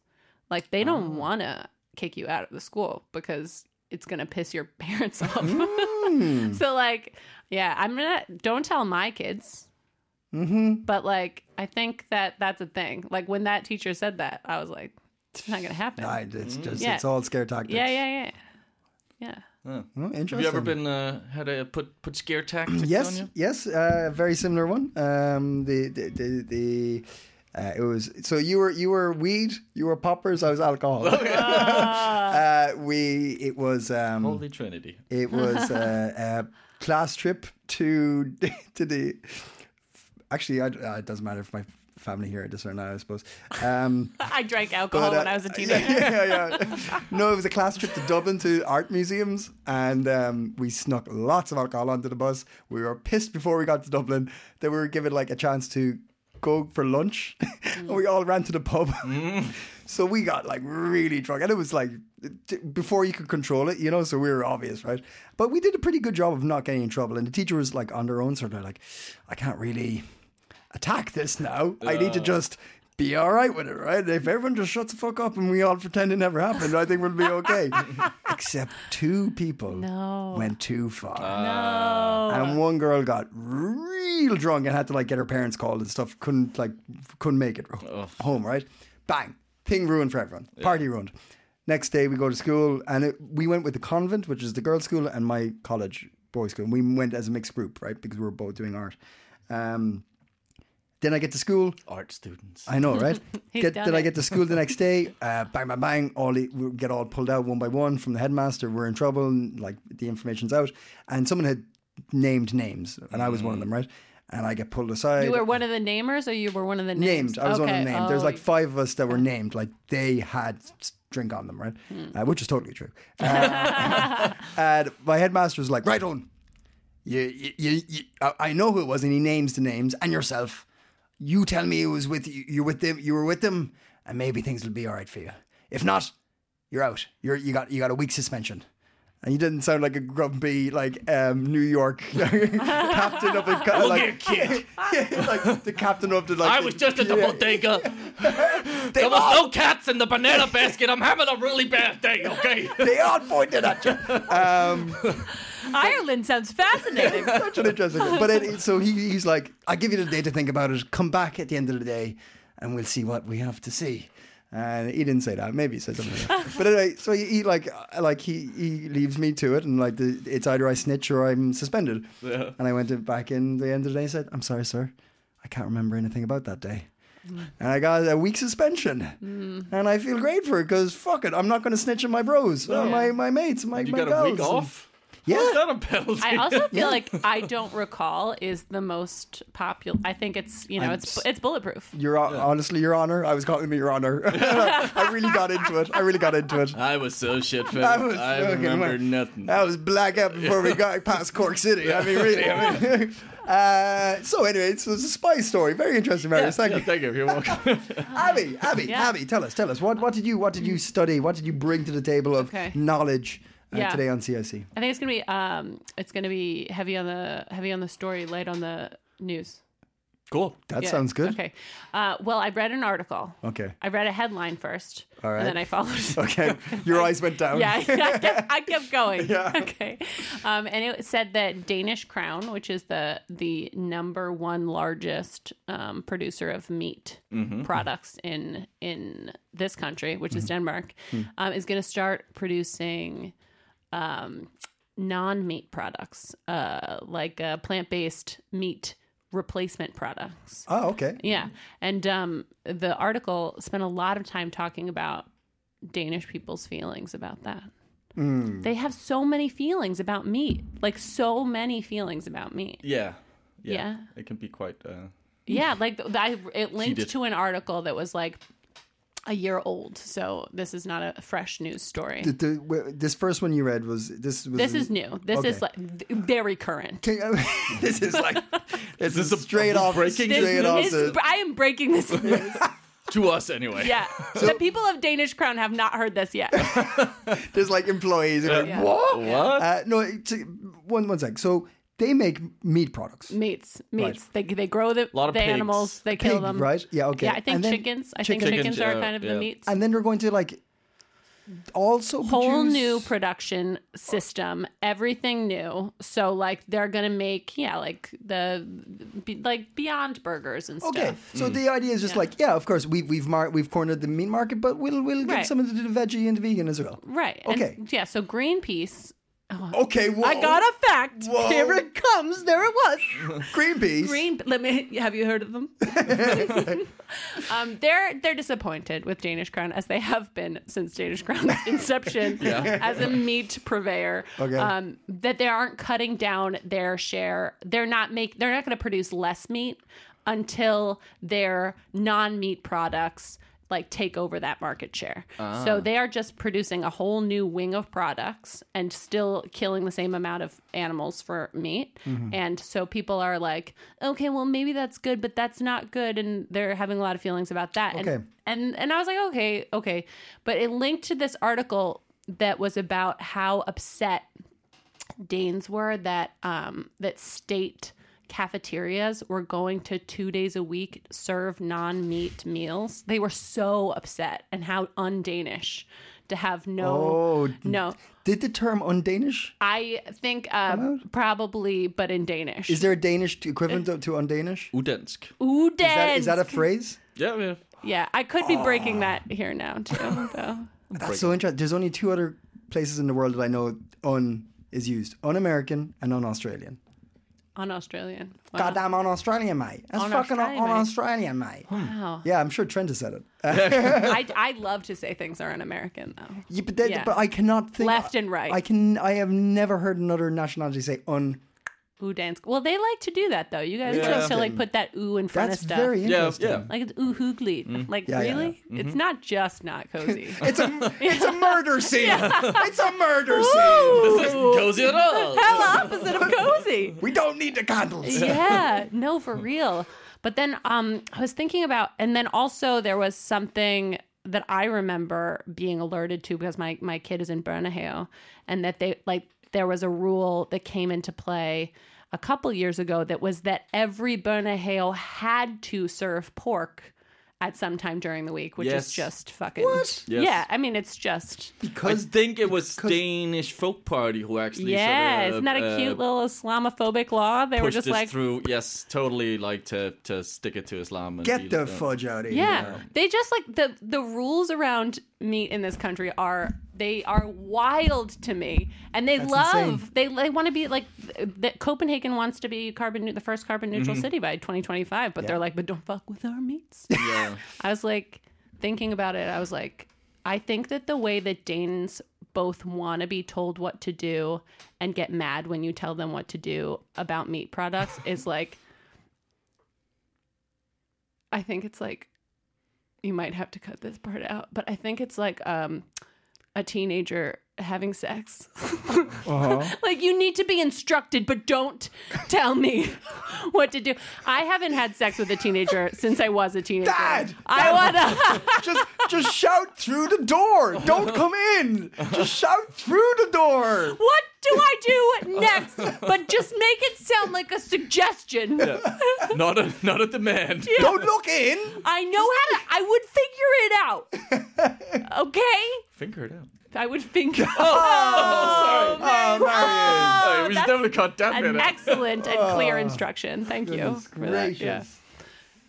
Speaker 4: Like they don't want to kick you out of the school because it's gonna piss your parents off.
Speaker 3: Mm.
Speaker 4: so like, yeah, I'm not. Don't tell my kids. Mm-hmm. But like, I think that that's a thing. Like when that teacher said that, I was like, it's not gonna happen.
Speaker 3: I, it's just
Speaker 4: Yeah.
Speaker 3: it's all scare tactics.
Speaker 4: yeah, yeah, yeah, yeah.
Speaker 3: Oh, interesting.
Speaker 2: Have you ever been uh, had a put put scare tactics on
Speaker 3: Yes,
Speaker 2: you?
Speaker 3: yes, uh, very similar one. Um, the the the, the uh, it was so you were you were weed, you were poppers, I was alcohol. uh, we it was um,
Speaker 2: Holy Trinity.
Speaker 3: it was uh, a, a class trip to to the. Actually, I, uh, it doesn't matter if my family hear this or not. I suppose. Um,
Speaker 4: I drank alcohol
Speaker 3: but,
Speaker 4: when
Speaker 3: uh,
Speaker 4: I was a teenager.
Speaker 3: Yeah, yeah, yeah. No, it was a class trip to Dublin to art museums, and um, we snuck lots of alcohol onto the bus. We were pissed before we got to Dublin that we were given like a chance to go for lunch, and we all ran to the pub. So we got like really drunk, and it was like t- before you could control it, you know. So we were obvious, right? But we did a pretty good job of not getting in trouble, and the teacher was like on their own, sort of like, I can't really attack this now. I need to just be all right with it, right? If everyone just shuts the fuck up and we all pretend it never happened, I think we'll be okay. Except two people went too far. And one girl got real drunk and had to like get her parents called and stuff. Couldn't like couldn't make it home, right? Bang. Thing ruined for everyone. Party ruined. Next day we go to school and it, we went with the convent, which is the girls' school, and my college boys' school. We went as a mixed group, right? Because we were both doing art. Um, then I get to school.
Speaker 2: Art students.
Speaker 3: I know, right? get,
Speaker 4: done
Speaker 3: then I
Speaker 4: it.
Speaker 3: get to school the next day. Uh, bang, bang, bang. All the, we get all pulled out one by one from the headmaster. We're in trouble. And, like the information's out, and someone had named names, and I was one of them, right? And I get pulled aside.
Speaker 4: Mm. You were one of the namers, or you were one of the names?
Speaker 3: named. I was one of
Speaker 4: Okay.
Speaker 3: them named. There's
Speaker 4: Oh,
Speaker 3: like five of us that were named. Like they had s- drink on them, right?
Speaker 4: Hmm.
Speaker 3: Uh, which is totally true. Uh, and my headmaster was like, "Right on, you, you, you, you, I I know who it was, and he names the names and yourself. You tell me it was with you. You're with them. You were with them, and maybe things will be all right for you. If not, you're out. You're you got you got a week suspension." And you didn't sound like a grumpy, like um, New York captain of a co-
Speaker 2: Look
Speaker 3: like,
Speaker 2: here, kid.
Speaker 3: yeah, like the captain of the like.
Speaker 2: I
Speaker 3: the-
Speaker 2: was just at the
Speaker 3: yeah.
Speaker 2: bodega.
Speaker 3: They
Speaker 2: There was
Speaker 3: all,
Speaker 2: no cats in the banana basket. I'm having a really bad day, okay?
Speaker 3: They all pointed at you. Um,
Speaker 4: Ireland sounds fascinating.
Speaker 3: such an interesting. thing. But it, so he, he's like, I give you the day to think about it. Come back at the end of the day, and we'll see what we have to see. And he didn't say that. Maybe he said something. Like that. But anyway, so he, he like uh, like he, he leaves me to it, and like the, it's either I snitch or I'm suspended. And I went to back in the end of the day. and Said, I'm sorry, sir. I can't remember anything about that day. and I got a week suspension, and I feel great for it because fuck it, I'm not going to snitch on my bros, uh, my my mates, my
Speaker 2: You
Speaker 3: my
Speaker 2: got a
Speaker 3: gals.
Speaker 2: week off?
Speaker 3: Yeah,
Speaker 2: What's that about?
Speaker 4: I also feel like I don't recall is the most popular. I think it's you know
Speaker 3: I'm
Speaker 4: it's
Speaker 3: s-
Speaker 4: it's bulletproof.
Speaker 3: Your honestly, Your Honor, I was calling me Your Honor. I really got into it. I really got into it.
Speaker 2: I was so shit fed.
Speaker 3: I
Speaker 2: I,
Speaker 3: was fucking
Speaker 2: remember
Speaker 3: wet.
Speaker 2: nothing.
Speaker 3: I was blackout before we got past Cork City. I mean, really. I mean, uh, so anyway, so it's a spy story. Very interesting, Marius. Thank
Speaker 2: Yeah,
Speaker 3: you,
Speaker 2: thank you. You're welcome.
Speaker 3: Abby. Abby.
Speaker 4: Yeah. Mm.
Speaker 3: Abby. Tell us. Tell us. What What did you What did you study? What did you bring to the table of
Speaker 4: Okay.
Speaker 3: knowledge uh,
Speaker 4: Yeah.
Speaker 3: today on CIC?
Speaker 4: I think it's gonna be um it's gonna be heavy on the heavy on the story, light on the news.
Speaker 2: cool.
Speaker 3: That
Speaker 4: Yeah.
Speaker 3: sounds good.
Speaker 4: Okay. Uh, well, I read an article.
Speaker 3: Okay.
Speaker 4: I read a headline first,
Speaker 3: All right.
Speaker 4: and then I followed.
Speaker 3: Okay. Your eyes went down.
Speaker 4: Yeah, I kept, I kept going. Okay, um, and it said that Danish Crown, which is the the number one largest um, producer of meat products in in this country, which is Denmark, um, is going to start producing um, non meat products, uh, like uh, plant based meat replacement products.
Speaker 3: Oh, okay.
Speaker 4: Yeah. And um, the article spent a lot of time talking about Danish people's feelings about that. They have so many feelings about meat, like so many feelings about meat.
Speaker 2: Yeah. Yeah.
Speaker 4: Yeah.
Speaker 2: It can be quite. Uh,
Speaker 4: Yeah, like th- I, it
Speaker 2: did.
Speaker 4: linked to an article that was like a year old, so this is not a fresh news story.
Speaker 3: The, the, w- this first one you read was this was
Speaker 4: This is new. This is like v- very current.
Speaker 3: this is like this
Speaker 2: this
Speaker 3: is
Speaker 2: a-
Speaker 3: straight
Speaker 2: a
Speaker 3: off
Speaker 2: breaking
Speaker 4: This
Speaker 2: Straight
Speaker 3: straight off
Speaker 4: is,
Speaker 3: the-
Speaker 4: I am breaking this news.
Speaker 2: to us, anyway.
Speaker 4: Yeah, the people of Danish Crown have not heard this yet.
Speaker 3: There's like employees. who are like,
Speaker 4: Yeah.
Speaker 3: What?
Speaker 2: What?
Speaker 3: Uh, no, it's, one one sec. So they make meat products.
Speaker 4: Meats, meats. They they grow the,
Speaker 2: Lot of
Speaker 4: the
Speaker 2: pigs.
Speaker 4: animals. They kill
Speaker 3: Pig,
Speaker 4: them,
Speaker 3: right? Yeah, okay.
Speaker 4: Yeah, I think
Speaker 3: And then
Speaker 4: chickens. I
Speaker 3: chickens-
Speaker 4: think chickens
Speaker 2: Chickens,
Speaker 4: are
Speaker 2: yeah,
Speaker 4: kind of
Speaker 2: yeah.
Speaker 4: the meats.
Speaker 3: And then they're going to like also
Speaker 4: whole
Speaker 3: produce-
Speaker 4: new production system, everything new. So like they're gonna make yeah like the be, like Beyond Burgers and stuff.
Speaker 3: Okay, so the idea is just like, yeah, of course, we've we've mar- we've cornered the meat market, but we'll we'll give
Speaker 4: Right.
Speaker 3: some of it to the veggie and the vegan as well.
Speaker 4: Right.
Speaker 3: Okay.
Speaker 4: And, yeah. So Greenpeace.
Speaker 3: Okay, whoa.
Speaker 4: I got a fact.
Speaker 3: Whoa.
Speaker 4: Here it comes. There it was.
Speaker 3: Greenpeace.
Speaker 4: Green. Let me. Have you heard of them? um, they're they're disappointed with Danish Crown as they have been since Danish Crown's inception as a meat purveyor.
Speaker 3: Okay.
Speaker 4: Um, that they aren't cutting down their share. They're not make. They're not going to produce less meat until their non-meat products like take over that market share. So they are just producing a whole new wing of products and still killing the same amount of animals for meat. And so people are like, okay, well maybe that's good, but that's not good and they're having a lot of feelings about that.
Speaker 3: Okay.
Speaker 4: And and and I was like, okay, okay. But it linked to this article that was about how upset Danes were that um, that state cafeterias were going to two days a week serve non meat meals. They were so upset and how undanish to have no
Speaker 3: Oh.
Speaker 4: no.
Speaker 3: Did the term undanish?
Speaker 4: I think um, probably, but in Danish.
Speaker 3: Is there a Danish to- equivalent to, to undanish?
Speaker 2: Udensk.
Speaker 4: Ooh,
Speaker 3: Is that, is that a Ah. phrase?
Speaker 2: Yeah, yeah.
Speaker 4: yeah? I could be breaking that here now too. Though.
Speaker 3: That's so interesting. There's only two other places in the world that I know un is used: un-American and un-Australian.
Speaker 4: on Australian. Wow.
Speaker 3: Goddamn un-Australian, mate. That's fucking
Speaker 4: Un-Australian, mate.
Speaker 3: un-Australian, mate.
Speaker 4: Wow.
Speaker 3: Yeah, I'm sure Trent has said it. Uh,
Speaker 4: I, I love to say things are un-American though.
Speaker 3: yeah, but, that,
Speaker 4: Yeah.
Speaker 3: but I cannot think
Speaker 4: Left and right.
Speaker 3: I can. I have never heard another nationality say un.
Speaker 4: Ooh, dance. Well, they like to do that though. You guys
Speaker 2: Yeah.
Speaker 4: like to like put that ooh in front
Speaker 3: That's
Speaker 4: of stuff.
Speaker 3: very
Speaker 2: Yeah,
Speaker 3: interesting.
Speaker 2: yeah.
Speaker 4: Like it's ooh hoogly.
Speaker 2: Mm.
Speaker 4: Like
Speaker 3: Yeah, yeah, Mm-hmm.
Speaker 4: really? It's not just not cozy.
Speaker 3: It's a it's a murder scene. It's a murder scene.
Speaker 4: Ooh,
Speaker 2: This isn't cozy at all.
Speaker 4: hell opposite of cozy.
Speaker 3: We don't need the candles.
Speaker 4: yeah, no, for real. But then um, I was thinking about, and then also there was something that I remember being alerted to because my my kid is in Bernaheo, and that they like there was a rule that came into play a couple years ago that was that every Bernaheo had to serve pork at some time during the week, which
Speaker 2: Yes.
Speaker 4: is just fucking what?
Speaker 2: Yes.
Speaker 4: Yeah, I mean it's just
Speaker 2: I
Speaker 3: Because
Speaker 2: think it was Danish folk party who actually.
Speaker 4: yeah,
Speaker 2: sort of,
Speaker 4: isn't that a
Speaker 2: uh,
Speaker 4: cute little Islamophobic law? They were
Speaker 2: pushed
Speaker 4: just
Speaker 2: this
Speaker 4: like
Speaker 2: through. Yes, totally. Like to to stick it to Islam. And uh,
Speaker 3: get
Speaker 2: beat
Speaker 3: the
Speaker 2: it down.
Speaker 3: fudge out of here.
Speaker 4: Yeah. They just like the the rules around meat in this country are they are wild to me. And they
Speaker 3: That's insane.
Speaker 4: love they they want to be like th- that Copenhagen wants to be carbon neu- the first carbon neutral city by 2025, but they're like but don't fuck with our meats.
Speaker 2: Yeah.
Speaker 4: I was like thinking about it. I was like, I think that the way that Danes both want to be told what to do and get mad when you tell them what to do about meat products is like, I think it's like, you might have to cut this part out, but I think it's like um, a teenager having sex.
Speaker 3: Uh-huh.
Speaker 4: Like you need to be instructed, but don't tell me what to do. I haven't had sex with a teenager since I was a teenager.
Speaker 3: Dad!
Speaker 4: I wanna.
Speaker 3: Just just shout through the door. Don't come in. Just shout through the door.
Speaker 4: what do I do next? But just make it sound like a suggestion.
Speaker 2: Not a not a demand.
Speaker 3: Don't look in.
Speaker 4: I know how to. I would figure it out. Okay,
Speaker 2: Finger it out.
Speaker 4: I would figure. Oh, oh,
Speaker 3: Oh, Marion.
Speaker 2: Sorry,
Speaker 4: Uh,
Speaker 2: we should
Speaker 4: that's
Speaker 2: definitely cut that bit
Speaker 4: an
Speaker 2: out.
Speaker 4: excellent and clear instruction. Thank you
Speaker 3: Oh, Goodness
Speaker 4: for that. Yeah.
Speaker 3: gracious.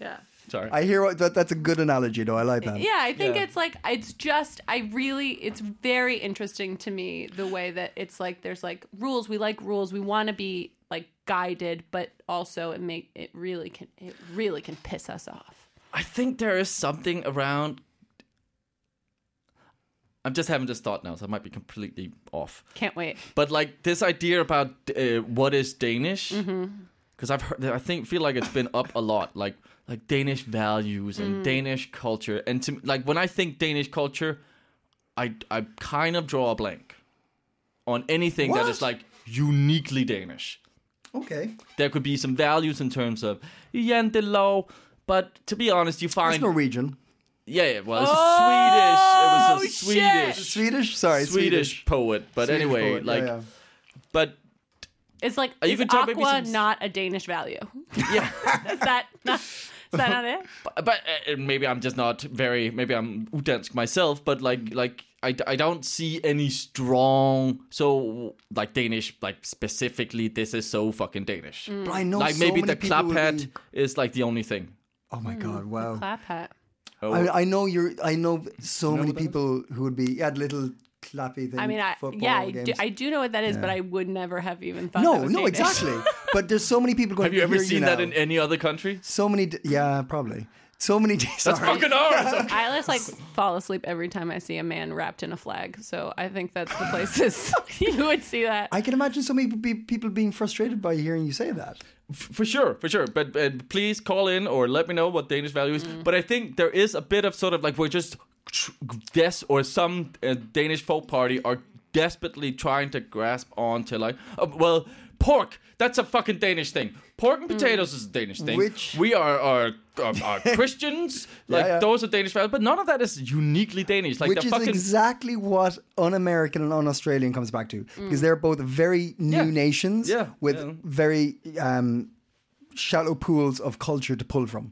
Speaker 4: yeah.
Speaker 2: Sorry.
Speaker 3: I hear what, that, that's a good analogy though. I like that.
Speaker 4: Yeah, I think
Speaker 2: Yeah.
Speaker 4: it's like it's just I really it's very interesting to me the way that it's like there's like rules we like rules we want to be like guided but also it make it really can it really can piss us off.
Speaker 2: I think there is something around. I'm just having this thought now, so I might be completely off.
Speaker 4: Can't wait.
Speaker 2: But like this idea about uh, what is Danish, because I've heard, I think feel like it's been up a lot, like like Danish values and Danish culture, and to, like when I think Danish culture, I I kind of draw a blank on anything that is
Speaker 3: What?
Speaker 2: like uniquely Danish
Speaker 3: Okay.
Speaker 2: there could be some values in terms of jantelov. But to be honest, you
Speaker 3: That's
Speaker 2: find
Speaker 3: Norwegian.
Speaker 2: yeah, yeah, well, it's
Speaker 4: Oh,
Speaker 2: Swedish. It
Speaker 4: shit.
Speaker 2: was a Swedish,
Speaker 3: Swedish. Sorry.
Speaker 2: Swedish, poet. But
Speaker 3: Swedish
Speaker 2: anyway,
Speaker 3: poet, yeah,
Speaker 2: like,
Speaker 3: yeah.
Speaker 2: but
Speaker 4: It's like
Speaker 2: you
Speaker 4: is
Speaker 2: can tell
Speaker 4: aqua
Speaker 2: maybe some-
Speaker 4: not a Danish value?
Speaker 2: yeah,
Speaker 4: Is that not, is that not it?
Speaker 2: uh, but uh, maybe I'm just not very. Maybe I'm udansk myself. But like, like I, I don't see any strong so like Danish like specifically this is so fucking Danish.
Speaker 4: Mm.
Speaker 3: But I know
Speaker 2: Like
Speaker 3: so
Speaker 2: maybe
Speaker 3: many
Speaker 2: the
Speaker 3: people
Speaker 2: clap
Speaker 3: would
Speaker 2: hat
Speaker 3: be-
Speaker 2: is like the only thing.
Speaker 3: oh my god! Wow.
Speaker 4: Hmm. Clap hat.
Speaker 3: I, I know you're. I know so many people who would be at little clappy thing.
Speaker 4: I mean, I
Speaker 3: football
Speaker 4: yeah, I do,
Speaker 3: games.
Speaker 4: I do know what that is, but I would never have even thought. that
Speaker 3: no,
Speaker 4: was
Speaker 3: no,
Speaker 4: Danish.
Speaker 3: exactly. but there's so many people going.
Speaker 2: Have you ever
Speaker 3: "Here
Speaker 2: seen that
Speaker 3: now."
Speaker 2: in any other country?
Speaker 3: so many? d- Yeah, probably. So many. That's
Speaker 2: Fucking ours.
Speaker 4: I just like fall asleep every time I see a man wrapped in a flag. So I think that's the places you would see that.
Speaker 3: I can imagine so many pe- people being frustrated by hearing you say that.
Speaker 2: for sure, for sure. But, but please call in or let me know what Danish value is.
Speaker 3: Mm.
Speaker 2: But I think there is a bit of sort of like we're just tr- this or some uh, Danish folk party are desperately trying to grasp on to like, uh, well, pork. That's a fucking Danish thing. Pork and potatoes is a Danish thing.
Speaker 3: Mm. Which-
Speaker 2: we are are, are, are Christians. Like
Speaker 3: yeah.
Speaker 2: those are Danish values, but none of that is uniquely Danish. Like
Speaker 3: Which
Speaker 2: the
Speaker 3: is
Speaker 2: fucking
Speaker 3: exactly what un-American and un-Australian comes back to, because they're both very new
Speaker 2: Mm. Yeah.
Speaker 3: nations
Speaker 2: Yeah,
Speaker 3: with
Speaker 2: yeah.
Speaker 3: very um, shallow pools of culture to pull from.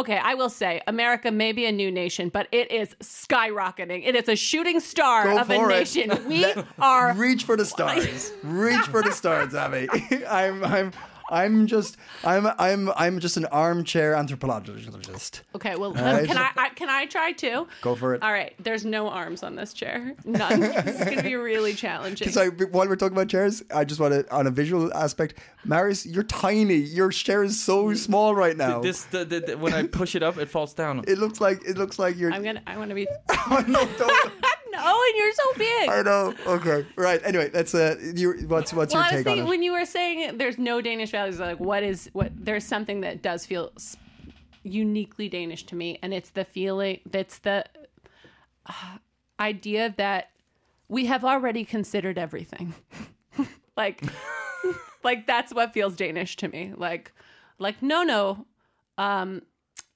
Speaker 4: Okay, I will say America may be a new nation, but it is skyrocketing. It is a shooting star
Speaker 3: Go
Speaker 4: of a
Speaker 3: for it.
Speaker 4: nation. We
Speaker 3: Let-
Speaker 4: are
Speaker 3: Reach for the stars. Reach for the stars, Abby. I'm, I'm, I'm just, I'm, I'm, I'm just an armchair anthropologist.
Speaker 4: Okay, well,
Speaker 3: Alright.
Speaker 4: can I, I can I try too?
Speaker 3: Go for it.
Speaker 4: All right, there's no arms on this chair. None. it's gonna be really challenging.
Speaker 3: So while we're talking about chairs, I just want to, on a visual aspect, Marius, you're tiny. Your chair is so small right now.
Speaker 2: Mm. this. The, the, the- when I push it up, it falls down.
Speaker 3: it looks like it looks like you're.
Speaker 4: I'm gonna. I want to be.
Speaker 3: Oh, no, don't.
Speaker 4: no, and you're so big.
Speaker 3: I know. Okay. Right. Anyway, that's uh, you. What's what's
Speaker 4: well,
Speaker 3: your
Speaker 4: I
Speaker 3: take
Speaker 4: was
Speaker 3: on
Speaker 4: thinking
Speaker 3: it?
Speaker 4: when you were saying there's no Danish values, like what is what? There's something that does feel s- uniquely Danish to me, and it's the feeling that's the uh, idea that we have already considered everything. like, like that's what feels Danish to me. Like, like no, no, um,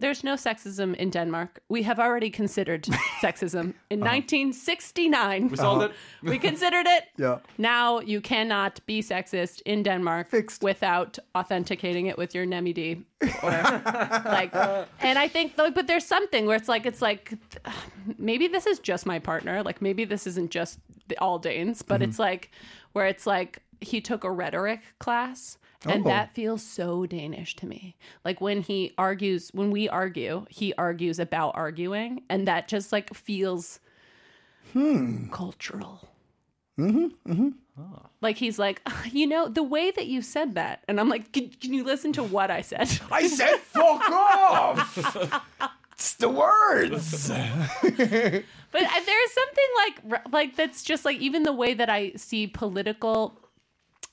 Speaker 4: there's no sexism in Denmark. We have already considered sexism in
Speaker 3: Uh-huh.
Speaker 4: 1969. We
Speaker 2: solved it.
Speaker 4: We considered it.
Speaker 3: Yeah.
Speaker 4: Now you cannot be sexist in Denmark
Speaker 3: Fixed.
Speaker 4: without authenticating it with your NEMID. Or, like, and I think, like, but there's something where it's like, it's like, maybe this is just my partner. Like, maybe this isn't just the, all Danes, but
Speaker 3: Mm-hmm.
Speaker 4: it's like, where it's like he took a rhetoric class. And
Speaker 3: Oh.
Speaker 4: that feels so Danish to me. Like when he argues, when we argue, he argues about arguing, and that just like feels
Speaker 3: Hmm.
Speaker 4: cultural. Mm-hmm. Like he's like, "Ah, you know, the way that you said that, and I'm like, can, can you listen to what I said?
Speaker 3: I said, "Fuck off." It's the words.
Speaker 4: But I- there is something like, like that's just like even the way that I see political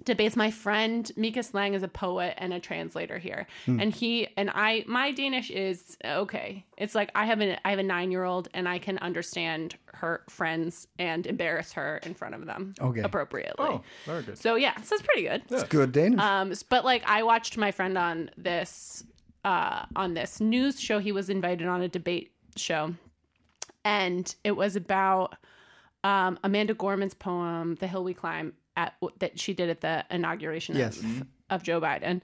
Speaker 4: debates. My friend Mika Slang is a poet and a translator here, and he and I, my Danish is uh, okay. It's like I have an I have a nine year old, and I can understand her friends and embarrass her in front of them
Speaker 3: Okay.
Speaker 4: appropriately. Oh, very good. So yeah, so it's pretty good.
Speaker 3: Good Danish.
Speaker 4: Um, s- but like I watched my friend on this uh, on this news show. He was invited on a debate show, and it was about um, Amanda Gorman's poem "The Hill We Climb" at, that she did at the inauguration
Speaker 3: Yes.
Speaker 4: of, of Joe Biden.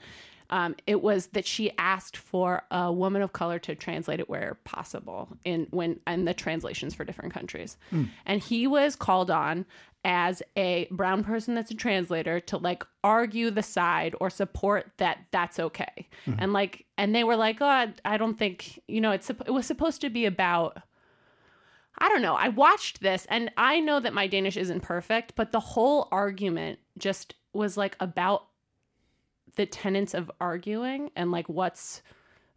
Speaker 4: Um, it was that she asked for a woman of color to translate it where possible in when and the translations for different countries, and he was called on as a brown person that's a translator to like argue the side or support that that's okay, and like and they were like, oh, I, I don't think you know it's supp- it was supposed to be about I don't know. I watched this and I know that my Danish isn't perfect, but the whole argument just was like about the tenets of arguing and like what's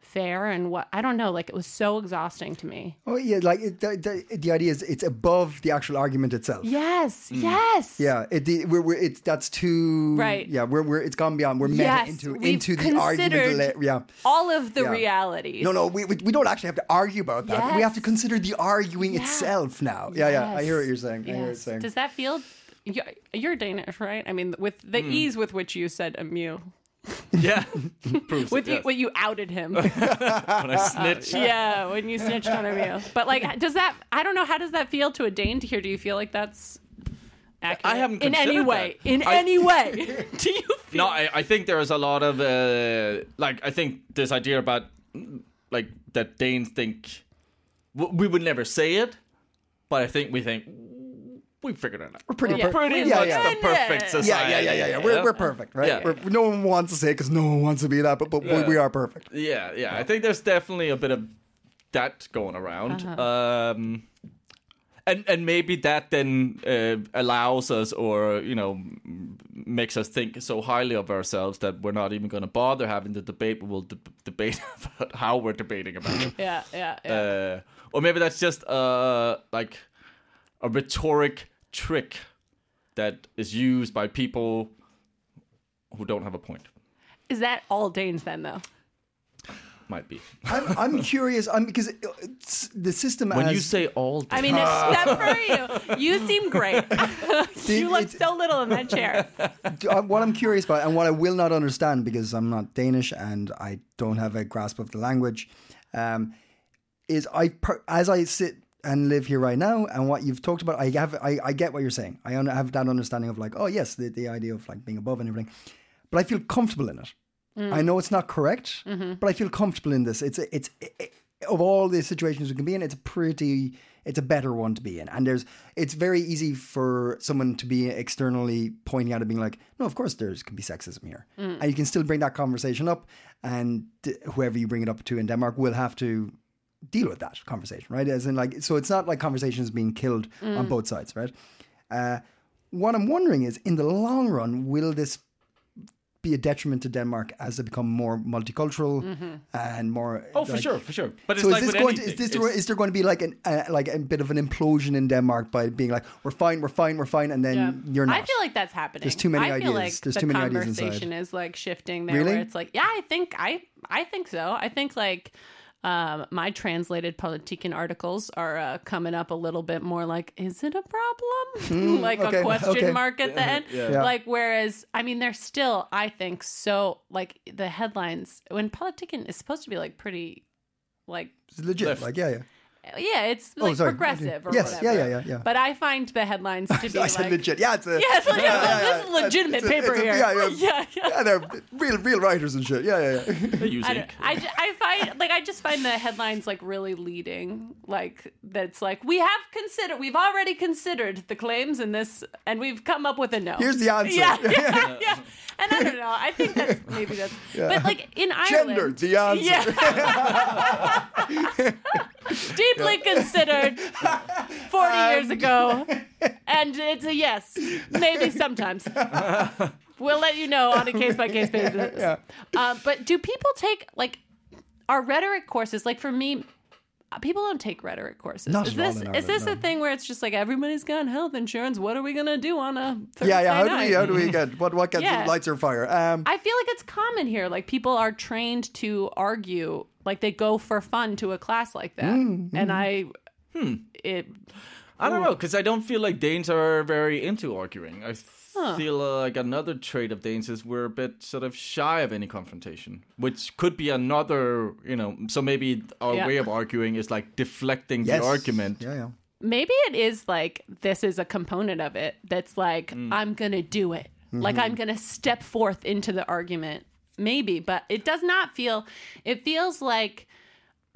Speaker 4: fair and what I don't know. Like it was so exhausting to me.
Speaker 3: Oh yeah, like it, the, the, the idea is it's above the actual argument itself.
Speaker 4: Yes. Yes.
Speaker 3: Mm. Yeah, it, the, we're, we're, it's that's too
Speaker 4: Right.
Speaker 3: Yeah, we're, we're it's gone beyond. We're meta
Speaker 4: Yes,
Speaker 3: into
Speaker 4: we've
Speaker 3: into the argument.
Speaker 4: considered-
Speaker 3: la- yeah,
Speaker 4: All of the
Speaker 3: Yeah.
Speaker 4: realities.
Speaker 3: no, no, we, we, we don't actually have to argue about that. We have to
Speaker 4: Yes.
Speaker 3: consider the arguing
Speaker 4: Yeah.
Speaker 3: itself now. Yeah, yeah, I hear what you're saying. I hear what you're
Speaker 4: Yes.
Speaker 3: saying.
Speaker 4: Does that feel you're, you're Danish, right? I mean, with the
Speaker 3: Mm.
Speaker 4: ease with which you said a mule,
Speaker 2: yeah, Proves
Speaker 4: with
Speaker 2: it,
Speaker 4: you,
Speaker 2: yes.
Speaker 4: when you outed him.
Speaker 2: when I snitch.
Speaker 4: yeah, when you snitched on a meal. But like, does that? I don't know. How does that feel to a Dane to hear? Do you feel like that's accurate?
Speaker 2: I haven't
Speaker 4: in any
Speaker 2: considered
Speaker 4: way.
Speaker 2: that.
Speaker 4: In
Speaker 2: I-
Speaker 4: any way, do you? Feel,
Speaker 2: No, I, I think there is a lot of uh, like I think this idea about like that Danes think w- we would never say it, but I think we think we figured it out.
Speaker 3: We're pretty
Speaker 2: We're
Speaker 3: per-
Speaker 2: pretty
Speaker 3: yeah,
Speaker 2: much
Speaker 3: yeah.
Speaker 2: the perfect
Speaker 4: Yeah,
Speaker 3: yeah,
Speaker 2: society.
Speaker 3: yeah, yeah, yeah, yeah. We're, we're perfect, right?
Speaker 2: Yeah.
Speaker 3: We're, no one wants to say because no one wants to be that, but, but we, we are perfect.
Speaker 2: Yeah, yeah. I think there's definitely a bit of that going around.
Speaker 4: Uh-huh.
Speaker 2: Um, and and maybe that then uh, allows us, or you know, m- makes us think so highly of ourselves that we're not even going to bother having the debate. We'll d- debate about how we're debating about it.
Speaker 4: Yeah, yeah, yeah.
Speaker 2: uh, or maybe that's just uh, like a rhetoric trick that is used by people who don't have a point.
Speaker 4: Is that all Danes then, though?
Speaker 2: Might be.
Speaker 3: I'm, I'm curious. I'm because it's, the system
Speaker 2: When
Speaker 3: as,
Speaker 2: you say all,
Speaker 4: I mean, except for you. You seem great. you look
Speaker 3: it's-
Speaker 4: so little in that chair.
Speaker 3: Do- uh, what I'm curious about and what I will not understand because I'm not Danish and I don't have a grasp of the language um, is I per- as I sit and live here right now and what you've talked about I have I, I get what you're saying I un- have that understanding of like oh yes the, the idea of like being above and everything but I feel comfortable in it I know it's not correct but I feel comfortable in this it's it's of all the situations we can be in, it's a pretty, it's a better one to be in. And there's, it's very easy for someone to be externally pointing out and being like, no, of course there's can be sexism here, and you can still bring that conversation up, and d- whoever you bring it up to in Denmark will have to deal with that conversation, right? As in, like, so it's not like conversations being killed
Speaker 4: Mm.
Speaker 3: on both sides, right? Uh, what I'm wondering is, in the long run, will this be a detriment to Denmark as they become more multicultural
Speaker 4: Mm-hmm.
Speaker 3: and more?
Speaker 2: Oh, for
Speaker 3: like,
Speaker 2: sure, for sure. But it's
Speaker 3: so
Speaker 2: like
Speaker 3: is
Speaker 2: with
Speaker 3: this going? To,
Speaker 2: anything.
Speaker 3: is this
Speaker 2: It's-
Speaker 3: is there going to be like an uh, like a bit of an implosion in Denmark by being like we're fine, we're fine, we're fine, and then you're not?
Speaker 4: Um, I feel like that's happening.
Speaker 3: There's too many
Speaker 4: I
Speaker 3: ideas.
Speaker 4: feel like
Speaker 3: There's
Speaker 4: the
Speaker 3: too many ideas inside.
Speaker 4: conversation is like shifting there,
Speaker 3: Really?
Speaker 4: where it's like, yeah, I think I, I think so. I think like um, my translated Politiken articles are uh, coming up a little bit more like, is it a problem? like
Speaker 3: Hmm, okay,
Speaker 4: a question
Speaker 3: okay.
Speaker 4: mark at the end.
Speaker 3: Yeah.
Speaker 4: Like whereas, I mean, they're still, I think, so like the headlines when Politiken is supposed to be like pretty, like
Speaker 3: it's legit.
Speaker 2: Left.
Speaker 3: Like yeah, yeah.
Speaker 4: yeah, it's
Speaker 3: Oh,
Speaker 4: like
Speaker 3: sorry.
Speaker 4: progressive or
Speaker 3: Yes, yeah,
Speaker 4: whatever.
Speaker 3: yeah, yeah, yeah.
Speaker 4: But I find the headlines to be
Speaker 3: I
Speaker 4: like
Speaker 3: said legit. Yeah, it's a,
Speaker 4: yeah, it's like,
Speaker 3: yeah, yeah, yeah.
Speaker 4: this is legitimate
Speaker 3: It's a-
Speaker 4: paper
Speaker 3: it's a-
Speaker 4: here.
Speaker 3: yeah, yeah.
Speaker 4: yeah, yeah.
Speaker 3: yeah, they're real real writers and shit. Yeah, yeah, yeah.
Speaker 2: They use
Speaker 4: I,
Speaker 2: ink.
Speaker 4: don't, I, ju- I find like I just find the headlines like really leading like that's like we have considered we've already considered the claims in this and we've come up with a no
Speaker 3: Here's the answer.
Speaker 4: yeah yeah, yeah. and I don't know I think that's maybe that's but like in Ireland
Speaker 3: Gender, the answer.
Speaker 4: yeah deeply considered 40 years ago and it's a yes maybe sometimes we'll let you know on a case by case basis. Uh, but do people take like our rhetoric courses? Like for me, uh, people don't take rhetoric courses.
Speaker 3: Not
Speaker 4: is
Speaker 3: at all
Speaker 4: this
Speaker 3: in
Speaker 4: is
Speaker 3: Ireland,
Speaker 4: this
Speaker 3: no.
Speaker 4: a thing where it's just like everybody's got health insurance? What are we gonna do on a Thursday
Speaker 3: Yeah, yeah. How do
Speaker 4: night?
Speaker 3: we how do we get what what gets
Speaker 4: Yeah.
Speaker 3: lights or fire? Um,
Speaker 4: I feel like it's common here. Like people are trained to argue. Like they go for fun to a class like that, and I. It
Speaker 2: I don't know because I don't feel like Danes are very into arguing. I feel like another trait of Danes is we're a bit sort of shy of any confrontation, which could be another, you know. So maybe our
Speaker 4: Yeah.
Speaker 2: way of arguing is like deflecting
Speaker 3: yes.
Speaker 2: the argument.
Speaker 3: Yeah, yeah.
Speaker 4: maybe it is like this is a component of it that's like i'm gonna do it like i'm gonna step forth into the argument maybe but it does not feel it feels like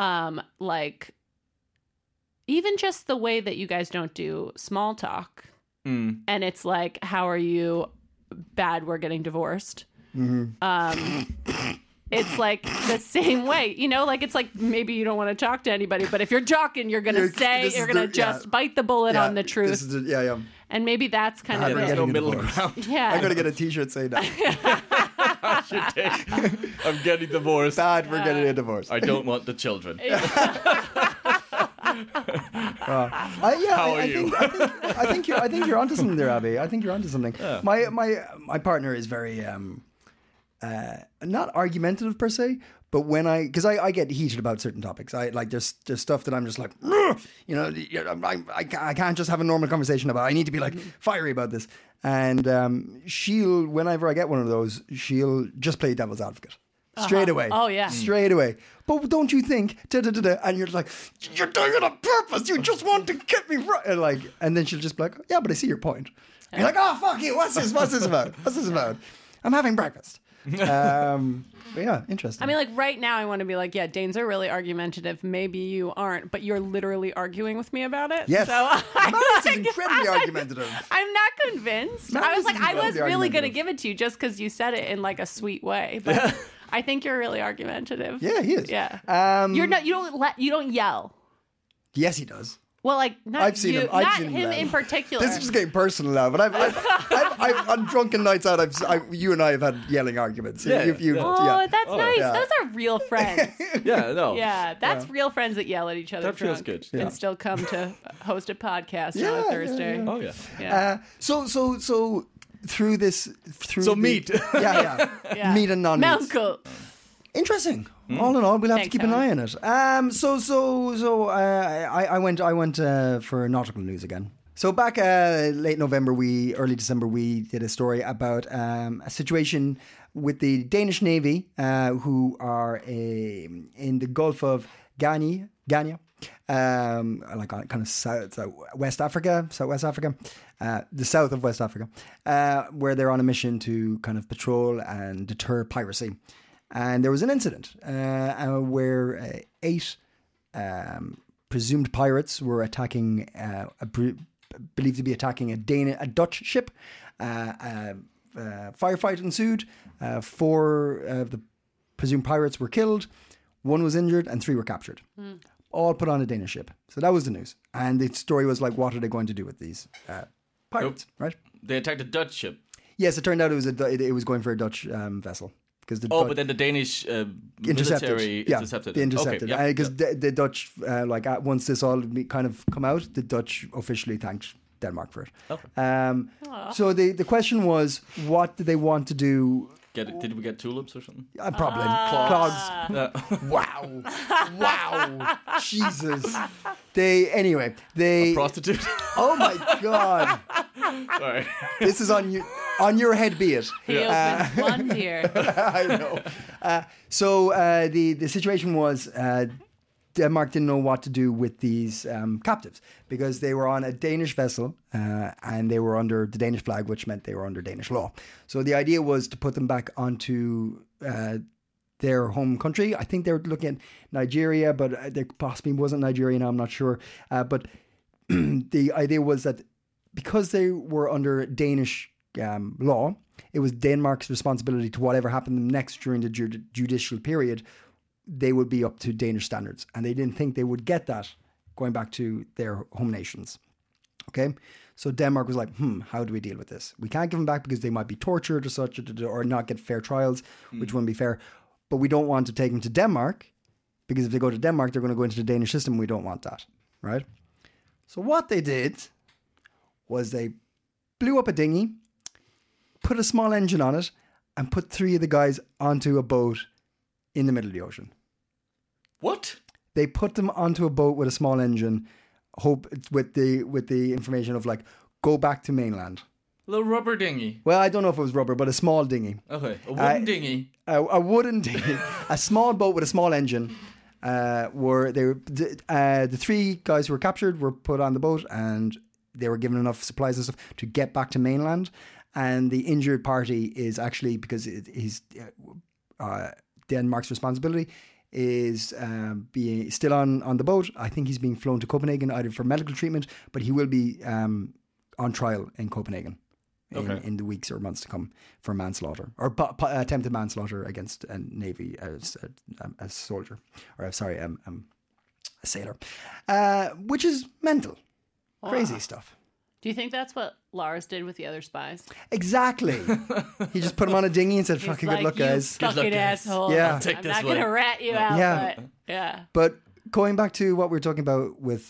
Speaker 4: um like even just the way that you guys don't do small talk and it's like how are you bad we're getting divorced
Speaker 3: Mm-hmm.
Speaker 4: um it's like the same way you know like it's like maybe you don't want to talk to anybody but if you're talking you're gonna
Speaker 3: You're-
Speaker 4: say
Speaker 3: this is
Speaker 4: you're gonna
Speaker 3: the- yeah.
Speaker 4: just bite the bullet
Speaker 3: yeah
Speaker 4: on the truth
Speaker 3: This is the, yeah, yeah.
Speaker 4: and maybe that's kind
Speaker 3: I'm
Speaker 4: of
Speaker 2: There's
Speaker 4: it.
Speaker 2: no
Speaker 3: getting
Speaker 2: middle
Speaker 3: divorced.
Speaker 2: ground.
Speaker 4: yeah
Speaker 3: I'm gonna get a T-shirt saying that.
Speaker 2: I'm getting divorced.
Speaker 3: Dad, we're getting a divorce.
Speaker 2: I don't want the children.
Speaker 3: I, yeah,
Speaker 2: How
Speaker 3: I,
Speaker 2: are
Speaker 3: I
Speaker 2: you?
Speaker 3: Think, I, think, I think you're. I think you're onto something there, Abby. I think you're onto something. My my my partner is very um, uh, not argumentative per se, but when I because I, I get heated about certain topics. I like there's there's stuff that I'm just like, "Ugh," you know, you know, I'm- I, ca- I can't just have a normal conversation about. I need to be
Speaker 4: Mm-hmm.
Speaker 3: like fiery about this. And um, she'll whenever I get one of those, she'll just play devil's advocate. Straight away.
Speaker 4: Oh, yeah. Mm.
Speaker 3: Straight away. But don't you think? Da, da, da, da, and you're like, you're doing it on purpose. You just want to get me right. And like, and then she'll just be like, yeah, but I see your point. And you're like, oh fuck you. What's this? What's this about? What's this about? I'm having breakfast. Um, but yeah, interesting.
Speaker 4: I mean, like right now, I want to be like, yeah, Danes are really argumentative. Maybe you aren't, but you're literally arguing with me about it.
Speaker 3: Yes.
Speaker 4: So I,
Speaker 3: Malice is incredibly argumentative.
Speaker 4: I'm not convinced. I
Speaker 3: Malice is
Speaker 4: was like, I was
Speaker 3: incredibly
Speaker 4: really going to
Speaker 3: argumentative.
Speaker 4: give it to you just because you said it in like a sweet way. But I think you're really argumentative.
Speaker 3: Yeah, he is.
Speaker 4: Yeah.
Speaker 3: Um,
Speaker 4: you're not. You don't. let you don't yell.
Speaker 3: yes, he does.
Speaker 4: Well, like not
Speaker 3: I've seen
Speaker 4: you,
Speaker 3: him. I've
Speaker 4: not
Speaker 3: seen
Speaker 4: him
Speaker 3: that.
Speaker 4: in particular.
Speaker 3: This is just getting personal now, but I've, I've, I've, I've on drunken nights out, I've, I, you and I have had yelling arguments.
Speaker 2: Yeah,
Speaker 3: You've- you've-
Speaker 4: oh,
Speaker 3: yeah.
Speaker 4: that's nice.
Speaker 3: yeah.
Speaker 4: Those are real friends.
Speaker 2: Yeah, no.
Speaker 4: Yeah, that's real friends that yell at each other.
Speaker 2: That feels
Speaker 4: drunk
Speaker 2: good. Yeah.
Speaker 4: And still come to host a podcast
Speaker 3: Yeah,
Speaker 4: on a
Speaker 3: yeah,
Speaker 4: Thursday.
Speaker 3: yeah.
Speaker 2: Oh yeah.
Speaker 3: Uh, so so so through this through
Speaker 2: So
Speaker 3: the-
Speaker 2: meat.
Speaker 3: yeah yeah,
Speaker 4: Yeah.
Speaker 3: meat and non
Speaker 4: Mount
Speaker 3: meat
Speaker 4: Goat.
Speaker 3: interesting all in all we'll have
Speaker 4: Thanks,
Speaker 3: to keep an
Speaker 4: Helen.
Speaker 3: eye on it um so so so uh, I I went I went uh, for nautical news again so back uh, late November we early December we did a story about um, a situation with the Danish Navy uh, who are um in the Gulf of Ghani Ghana um, like on kind of south, south West Africa, South West Africa, uh, the south of West Africa, uh, where they're on a mission to kind of patrol and deter piracy. And there was an incident uh, uh, where uh, eight um, presumed pirates were attacking, uh, a, br- believed to be attacking a Dan- a Dutch ship. Uh, uh, uh, firefight ensued. Uh, four of the presumed pirates were killed. One was injured, and three were captured
Speaker 2: Hmm.
Speaker 3: all put on a Danish ship. So that was the news. And the story was like, what are they going to do with these uh, pirates, right?
Speaker 2: They attacked a Dutch ship.
Speaker 3: Yes, it turned out it was a, Du- it, it was going for a Dutch um, vessel because the
Speaker 2: Oh,
Speaker 3: Dutch
Speaker 2: but then the Danish uh,
Speaker 3: intercepted,
Speaker 2: military
Speaker 3: yeah,
Speaker 2: intercepted.
Speaker 3: they
Speaker 2: it.
Speaker 3: intercepted
Speaker 2: Okay, yeah,
Speaker 3: because the, the Dutch uh, like at, once this all be- kind of come out, the Dutch officially thanked Denmark for it. Um, so the the question was, what did they want to do?
Speaker 2: Get it- Did we get tulips or something? Uh,
Speaker 3: Uh, probably clogs. Wow, wow, Jesus. They anyway they
Speaker 2: Prostitute.
Speaker 3: Oh my god.
Speaker 2: Sorry.
Speaker 3: This is on you on your head be it.
Speaker 4: He opens one beer.
Speaker 3: I know. Uh, so uh, the the situation was uh, Denmark didn't know what to do with these um, captives because they were on a Danish vessel uh, and they were under the Danish flag, which meant they were under Danish law. So the idea was to put them back onto uh, their home country. I think they were looking at Nigeria, but uh, there possibly wasn't Nigeria. Now I'm not sure, uh, but the idea was that because they were under Danish um, law, it was Denmark's responsibility to whatever happened next during the ju- judicial period, they would be up to Danish standards. And they didn't think they would get that going back to their home nations. Okay. So Denmark was like, hmm, how do we deal with this? We can't give them back because they might be tortured or such, or not get fair trials, which wouldn't be fair. But we don't want to take them to Denmark because if they go to Denmark, they're going to go into the Danish system. We don't want that. Right. So what they did was they blew up a dinghy, put a small engine on it, and put three of the guys onto a boat in the middle of the ocean.
Speaker 2: What?
Speaker 3: They put them onto a boat with a small engine, hope with the with the information of like go back to mainland.
Speaker 2: Little rubber dinghy.
Speaker 3: Well, I don't know if it was rubber, but a small dinghy,
Speaker 2: Okay, a wooden
Speaker 3: I-
Speaker 2: dinghy.
Speaker 3: a, a wooden dinghy, a small boat with a small engine. Uh, were they were th- uh, the three guys who were captured were put on the boat and they were given enough supplies and stuff to get back to mainland. And the injured party is actually because it, he's uh, Denmark's responsibility is um, being still on on the boat. I think he's being flown to Copenhagen either for medical treatment, but he will be um, on trial in Copenhagen in, in the weeks or months to come for manslaughter or pa- pa- attempted manslaughter against a navy as a, um, a soldier or I'm sorry, um, um, a sailor, uh, which is mental, crazy stuff.
Speaker 4: Do you think that's what Lars did with the other spies?
Speaker 3: Exactly. he just put him on a dinghy and said,
Speaker 4: He's
Speaker 3: "Fucking
Speaker 4: like,
Speaker 3: good luck,
Speaker 4: you
Speaker 3: guys."
Speaker 4: Fucking asshole.
Speaker 3: Yeah.
Speaker 4: I'm
Speaker 3: I'll
Speaker 2: take this
Speaker 4: not
Speaker 2: one.
Speaker 4: gonna rat you out.
Speaker 3: Yeah.
Speaker 4: But yeah.
Speaker 3: But going back to what we were talking about with,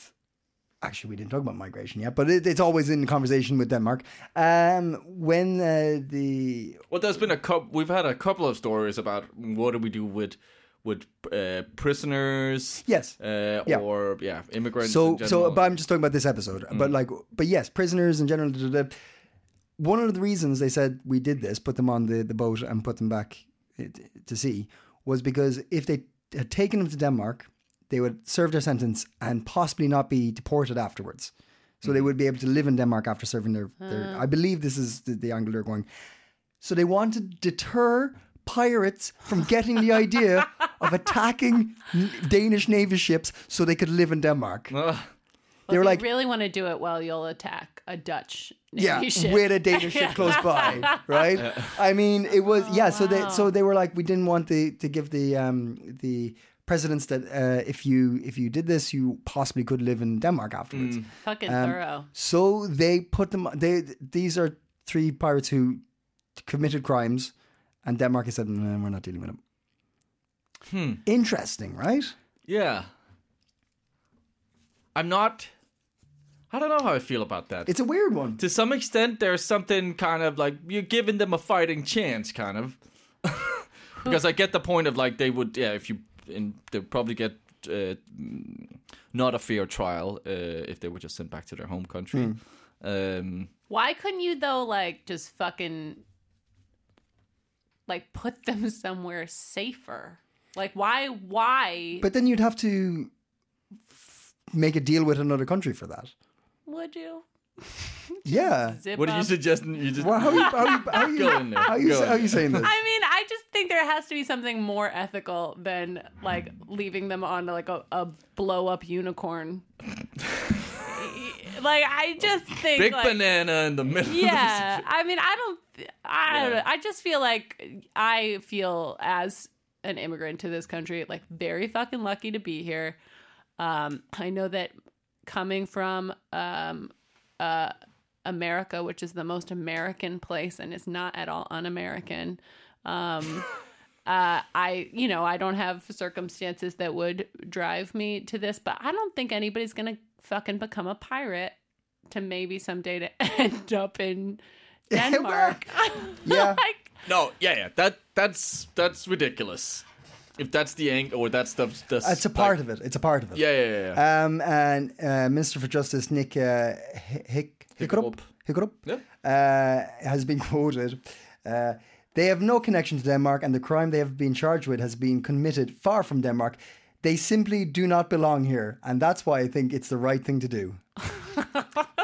Speaker 3: actually, we didn't talk about migration yet, but it, it's always in conversation with Denmark. Um, when uh, the
Speaker 2: Well, there's been a couple. We've had a couple of stories about what do we do with with uh, prisoners?
Speaker 3: Yes.
Speaker 2: Uh,
Speaker 3: Yeah.
Speaker 2: Or yeah, immigrants.
Speaker 3: so
Speaker 2: in general. Mm.
Speaker 3: so but i'm just talking about this episode but like but yes prisoners in general da, da, da. one of the reasons they said we did this put them on the, the boat and put them back eh, t- to sea was because if they had taken them to denmark they would serve their sentence and possibly not be deported afterwards so
Speaker 4: Hmm.
Speaker 3: they would be able to live in denmark after
Speaker 4: Ah.
Speaker 3: serving their, their i believe this is the, the angle they're going so they want to deter pirates from getting the idea of attacking n- Danish navy ships so they could live in Denmark.
Speaker 4: Ah. Well,
Speaker 3: were
Speaker 4: if you
Speaker 3: like-
Speaker 4: really want to do it well, you'll attack a Dutch
Speaker 3: yeah,
Speaker 4: navy ship.
Speaker 3: with a Danish ship close by, right? I mean, it was
Speaker 4: Oh,
Speaker 3: yeah. So they so they were like, we didn't want the to give the um the precedence that uh, if you if you did this, you possibly could live in Denmark afterwards.
Speaker 4: Fucking
Speaker 3: Um,
Speaker 4: thorough.
Speaker 3: So they put them. They these are three pirates who committed crimes, and Denmark has said, "No, we're not dealing with them.
Speaker 2: Hmm.
Speaker 3: Interesting, right?
Speaker 2: Yeah. I'm not. I don't know how I feel about that.
Speaker 3: It's a weird one.
Speaker 2: to some extent, there's something kind of like you're giving them a fighting chance, kind of. because I get the point of like they would, yeah, if you, and they'd probably get uh, mm, not a fair trial uh, if they were just sent back to their home country.
Speaker 3: Hmm.
Speaker 2: Um,
Speaker 4: Why couldn't you though, like, just fucking, like, put them somewhere safer? Like, why? Why
Speaker 3: But then you'd have to f- make a deal with another country for that.
Speaker 4: would you
Speaker 3: Yeah.
Speaker 4: zip
Speaker 2: what are you
Speaker 4: up?
Speaker 2: suggesting? You just
Speaker 3: Well, how are you, how you, how you,
Speaker 2: Go in there.
Speaker 3: How you,
Speaker 2: Go in
Speaker 3: how you saying this?
Speaker 4: I mean, I just think there has to be something more ethical than like leaving them on like a, a blow up unicorn. like, I just think
Speaker 2: big
Speaker 4: like,
Speaker 2: banana in the middle.
Speaker 4: yeah i mean i don't i don't
Speaker 2: Yeah.
Speaker 4: know i just feel like i feel as an immigrant to this country like very fucking lucky to be here um i know that coming from um uh america which is the most american place and is not at all un-american um uh i you know i don't have circumstances that would drive me to this but i don't think anybody's gonna fucking become a pirate to maybe someday to end up in Denmark.
Speaker 3: Yeah.
Speaker 4: like,
Speaker 2: No, yeah, yeah. That that's that's ridiculous. If that's the angle, or that's the that's
Speaker 3: It's a part of it. It's a part of it.
Speaker 2: Yeah, yeah, yeah. yeah.
Speaker 3: Um, and uh, Minister for Justice Nick uh, Hick, Hick, Hickorup, Hickorup uh, has been quoted. Uh, they have no connection to Denmark, and the crime they have been charged with has been committed far from Denmark. They simply do not belong here, and that's why I think it's the right thing to do.